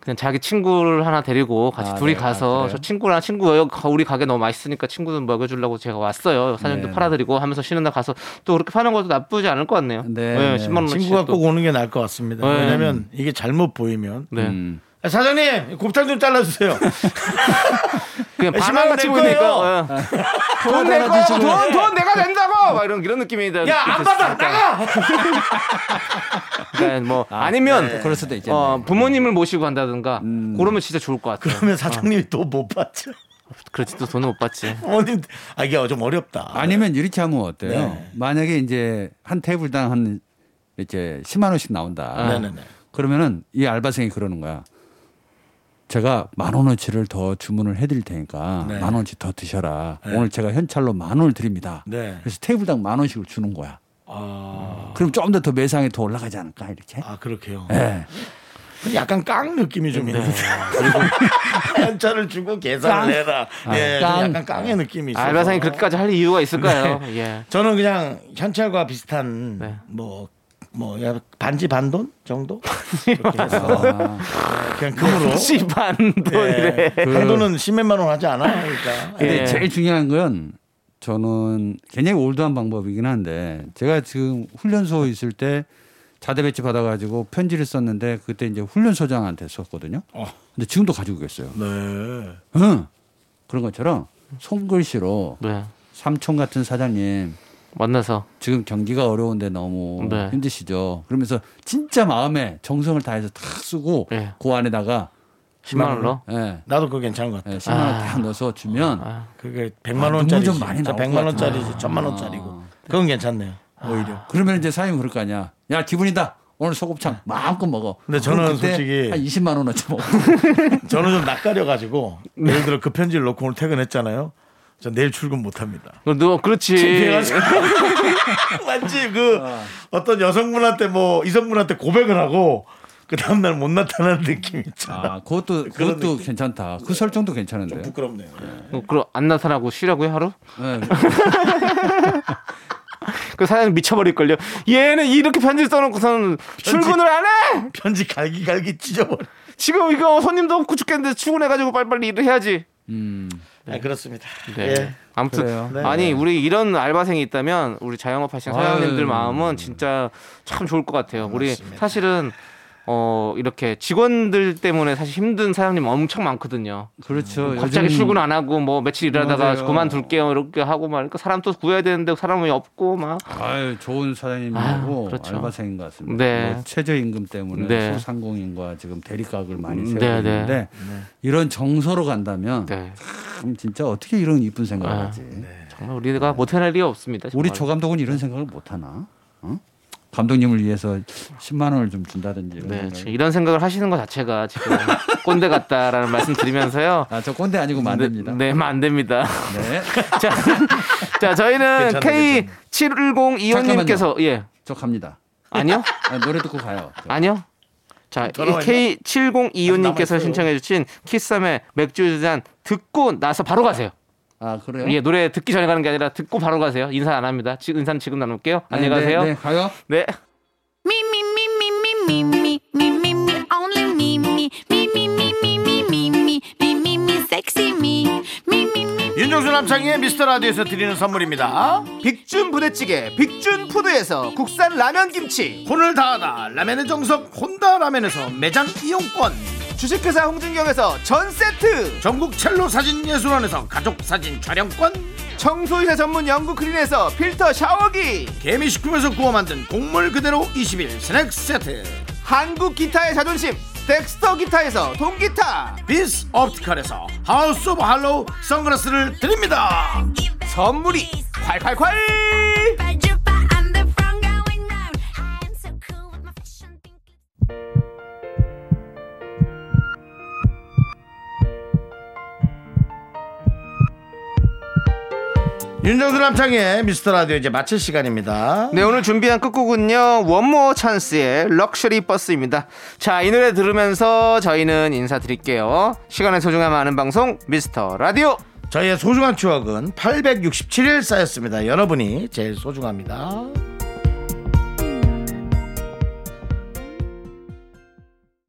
Speaker 4: 그냥 자기 친구를 하나 데리고 같이
Speaker 8: 아,
Speaker 4: 둘이
Speaker 8: 네. 아,
Speaker 4: 가서
Speaker 8: 그래요?
Speaker 4: 저 친구랑 친구 여기 가- 우리 가게 너무 맛있으니까 친구들 먹여주려고 제가 왔어요 사장님도
Speaker 8: 네.
Speaker 4: 팔아드리고 하면서 쉬는 날 가서 또 그렇게 파는 것도 나쁘지 않을 것 같네요
Speaker 8: 네, 네.
Speaker 4: 10만 원
Speaker 3: 친구가 꼭 오는 게 나을 것 같습니다.
Speaker 4: 음, 네.
Speaker 3: 왜냐면 이게 잘못 보이면
Speaker 4: 네.
Speaker 8: 음.
Speaker 3: 아, 사장님 곱창 좀 잘라주세요.
Speaker 4: 그냥
Speaker 3: 10만
Speaker 4: 반항같이
Speaker 3: 원낼
Speaker 4: 보이니까 네. 돈낼 거야 돈, 돈 내가 낸다고 막 이런, 이런 느낌이
Speaker 3: 야 안 받아 나가.
Speaker 4: 그러니까 뭐 아니면
Speaker 8: 그럴 수도 있겠네.
Speaker 4: 어, 부모님을 모시고 간다든가 그러면 진짜 좋을 것 같아요
Speaker 3: 그러면 사장님이 또 못 받죠.
Speaker 4: 그렇지 또 돈은 못 받지
Speaker 3: 어머님 아 이게 좀 어렵다.
Speaker 8: 아니면 이렇게 하면 어때요?
Speaker 3: 네.
Speaker 8: 만약에 이제 한 테이블당 한
Speaker 4: 아,
Speaker 8: 이렇게 10만 원씩 나온다.
Speaker 3: 네네네.
Speaker 8: 그러면은 이 알바생이 그러는 거야. 제가 만 원어치를 더 주문을 해드릴 테니까
Speaker 3: 네.
Speaker 8: 만 원어치 더 드셔라.
Speaker 3: 네.
Speaker 8: 오늘 제가 현찰로 만 원을 드립니다.
Speaker 3: 네.
Speaker 8: 그래서 테이블당 만 원씩을 주는 거야.
Speaker 3: 아,
Speaker 8: 그럼 좀 더 더 매상이 더 올라가지 않을까 이렇게?
Speaker 3: 아 그렇게요.
Speaker 4: 네.
Speaker 8: 예.
Speaker 3: 근데 약간 깡 느낌이 좀 있네요. 한자를 주고 계산을 해라. 예, 좀
Speaker 8: 깡.
Speaker 3: 약간 깡의 느낌이 있어요.
Speaker 4: 아, 알바생이 그렇게까지 할 이유가 있을까요? 예.
Speaker 3: 저는 그냥 현찰과 비슷한
Speaker 4: 네.
Speaker 3: 뭐. 뭐 야, 반지 반돈 정도 그렇게 해서 네, 그냥 금으로
Speaker 4: 시반 돈이래.
Speaker 3: 예,
Speaker 8: 그
Speaker 3: 한돈은 십몇만 원 하지 않아 그러니까
Speaker 8: 근데
Speaker 4: 예.
Speaker 8: 제일 중요한 건 저는 굉장히 올드한 방법이긴 한데 제가 지금 훈련소 있을 때 자대 배치 받아가지고 편지를 썼는데 그때 이제 훈련소장한테 썼거든요.
Speaker 3: 어.
Speaker 8: 근데 지금도 가지고 계세요.
Speaker 3: 네.
Speaker 8: 응. 그런 것처럼 손글씨로
Speaker 4: 네.
Speaker 8: 삼촌 같은 사장님
Speaker 4: 만나서
Speaker 8: 지금 경기가 어려운데 너무
Speaker 4: 네.
Speaker 8: 힘드시죠. 그러면서 진짜 마음에 정성을 다해서 다 쓰고
Speaker 4: 예.
Speaker 8: 그 안에다가
Speaker 4: 10만 원으로.
Speaker 8: 예.
Speaker 3: 나도 그거 괜찮은 것 같아
Speaker 8: 예, 10만
Speaker 4: 아.
Speaker 8: 원딱 넣어서 주면
Speaker 4: 아,
Speaker 3: 그게
Speaker 8: 아,
Speaker 3: 100만
Speaker 8: 눈물
Speaker 3: 원짜리
Speaker 8: 좀 많이 나올 것 아.
Speaker 3: 100만 원짜리지
Speaker 8: 같은데.
Speaker 3: 1000만 원짜리고 그건 괜찮네요
Speaker 4: 아.
Speaker 3: 오히려
Speaker 8: 그러면 이제 사장님 그럴 거 아니야. 야 기분이다. 오늘 소곱창 마음껏 먹어.
Speaker 3: 근데 저는
Speaker 8: 그럼 그때
Speaker 3: 솔직히-
Speaker 8: 한 20만 원어치 먹고
Speaker 3: 저는 좀 낯가려 가지고
Speaker 8: 네.
Speaker 3: 예를 들어 그 편지를 넣고 오늘 퇴근했잖아요 저 내일 출근 못 합니다
Speaker 4: 그너
Speaker 8: 예.
Speaker 4: 그렇지.
Speaker 3: 창피해가지고. 마치 그
Speaker 8: 아.
Speaker 3: 어떤 여성분한테 뭐 이성분한테 고백을 하고 그 다음날 못 나타나는 느낌 있잖아.
Speaker 8: 아 그것도
Speaker 3: 그런
Speaker 8: 그것도 괜찮다. 그 설정도 괜찮은데.
Speaker 3: 부끄럽네요.
Speaker 4: 어, 그럼 안 나타나고 쉬라고요 하루?
Speaker 8: 네.
Speaker 4: 그 사장 미쳐버릴 걸요. 얘는 이렇게 편지 써놓고서는 출근을 안 해.
Speaker 3: 편지 갈기갈기 찢어버려.
Speaker 4: 지금 이거 손님도 없고 죽겠는데 출근해가지고 빨리빨리 일을 해야지.
Speaker 8: 음.
Speaker 3: 네. 그렇습니다.
Speaker 4: 네.
Speaker 3: 예.
Speaker 4: 아무튼
Speaker 8: 그래요.
Speaker 3: 네.
Speaker 4: 아니 우리 이런 알바생이 있다면 우리 자영업 하시는 사장님들
Speaker 8: 아유.
Speaker 4: 마음은 진짜 참 좋을 것 같아요. 우리 사실은 어 이렇게 직원들 때문에 사실 힘든 사장님 엄청 많거든요. 뭐
Speaker 8: 그렇죠.
Speaker 4: 갑자기
Speaker 8: 요즘
Speaker 4: 출근 안 하고 뭐 며칠 일하다가
Speaker 8: 맞아요.
Speaker 4: 그만둘게요 이렇게 하고 막 그러니까 사람 또 구해야 되는데 사람이 없고 막
Speaker 8: 아유 좋은 사장님하고
Speaker 4: 아유, 그렇죠.
Speaker 8: 알바생인 것 같습니다.
Speaker 4: 네.
Speaker 8: 뭐 최저임금 때문에
Speaker 4: 네.
Speaker 8: 소상공인과 지금 대립각을 많이
Speaker 4: 음,
Speaker 8: 세우고
Speaker 4: 네, 네.
Speaker 8: 있는데 이런 정서로 간다면
Speaker 4: 네.
Speaker 8: 참 진짜 어떻게 이런 이쁜 생각을
Speaker 4: 아,
Speaker 8: 하지?
Speaker 4: 정말 우리가 못해낼 리가 없습니다.
Speaker 8: 우리
Speaker 4: 정말.
Speaker 8: 조 감독은 이런 생각을 못 하나? 응? 감독님을 위해서 10만 원을 좀 준다든지 이런
Speaker 4: 네,
Speaker 8: 생각을.
Speaker 4: 지금 이런 생각을 하시는 것 자체가 지금 꼰대 같다라는 말씀 드리면서요.
Speaker 8: 아, 저 꼰대 아니고 만듭니다.
Speaker 4: 네, 네, 안 됩니다.
Speaker 8: 네.
Speaker 4: 자, 자 저희는
Speaker 3: 괜찮아요,
Speaker 4: K 7 1 0 2 5
Speaker 8: 잠깐만요.
Speaker 4: 님께서 예
Speaker 8: 저 갑니다.
Speaker 4: 아니요
Speaker 8: 아, 노래 듣고 가요. 저.
Speaker 4: 아니요. 자,
Speaker 3: 전화가
Speaker 4: K 7 0 2 5님께서
Speaker 3: 남아있어요.
Speaker 4: 신청해주신 키썸의 맥주 두 잔 듣고 나서 바로 가세요.
Speaker 8: 아, 그래요?
Speaker 4: 예, 노래 듣기 전에 가는 게 아니라 듣고 바로 가세요. 인사 안 합니다. 지금 인사는 지금 나눌게요.
Speaker 8: 네,
Speaker 4: 안녕히 가세요.
Speaker 8: 네, 네, 가요.
Speaker 4: 네.
Speaker 10: Me, me, me, me, me, me, me, me, me, me, only me, me, me, me, me, me, me, me, me, me, me, me, sexy me, me, me, me.
Speaker 3: 윤종수 남창희의 미스터 라디오에서 드리는 선물입니다.
Speaker 11: 빅준 부대찌개 빅준 푸드에서 국산 라면 김치
Speaker 3: 혼을 다하다 라멘의 정석 혼다 라멘에서 매장 이용권
Speaker 11: 주식회사 홍진경에서 전 세트
Speaker 3: 전국 첼로 사진 예술원에서 가족 사진 촬영권
Speaker 11: 청소이사 전문 영국 크린에서 필터 샤워기
Speaker 3: 개미식품에서 구워 만든 곡물 그대로 20일 스낵 세트
Speaker 11: 한국 기타의 자존심 덱스터 기타에서 동기타
Speaker 3: 빈스 옵티컬에서 하우스 오브 할로우 선글라스를 드립니다.
Speaker 11: 선물이 콸콸콸
Speaker 10: I'm the front going round. I am so cool with my fashion.
Speaker 3: 윤정수 남창의 미스터 라디오 이제 마칠 시간입니다.
Speaker 4: 네 오늘 준비한 끝곡은요 원모어 찬스의 럭셔리 버스입니다 자 이 노래 들으면서 저희는 인사드릴게요 시간의 소중함 아는 방송 미스터 라디오
Speaker 3: 저희의 소중한 추억은 867일 쌓였습니다. 여러분이 제일 소중합니다.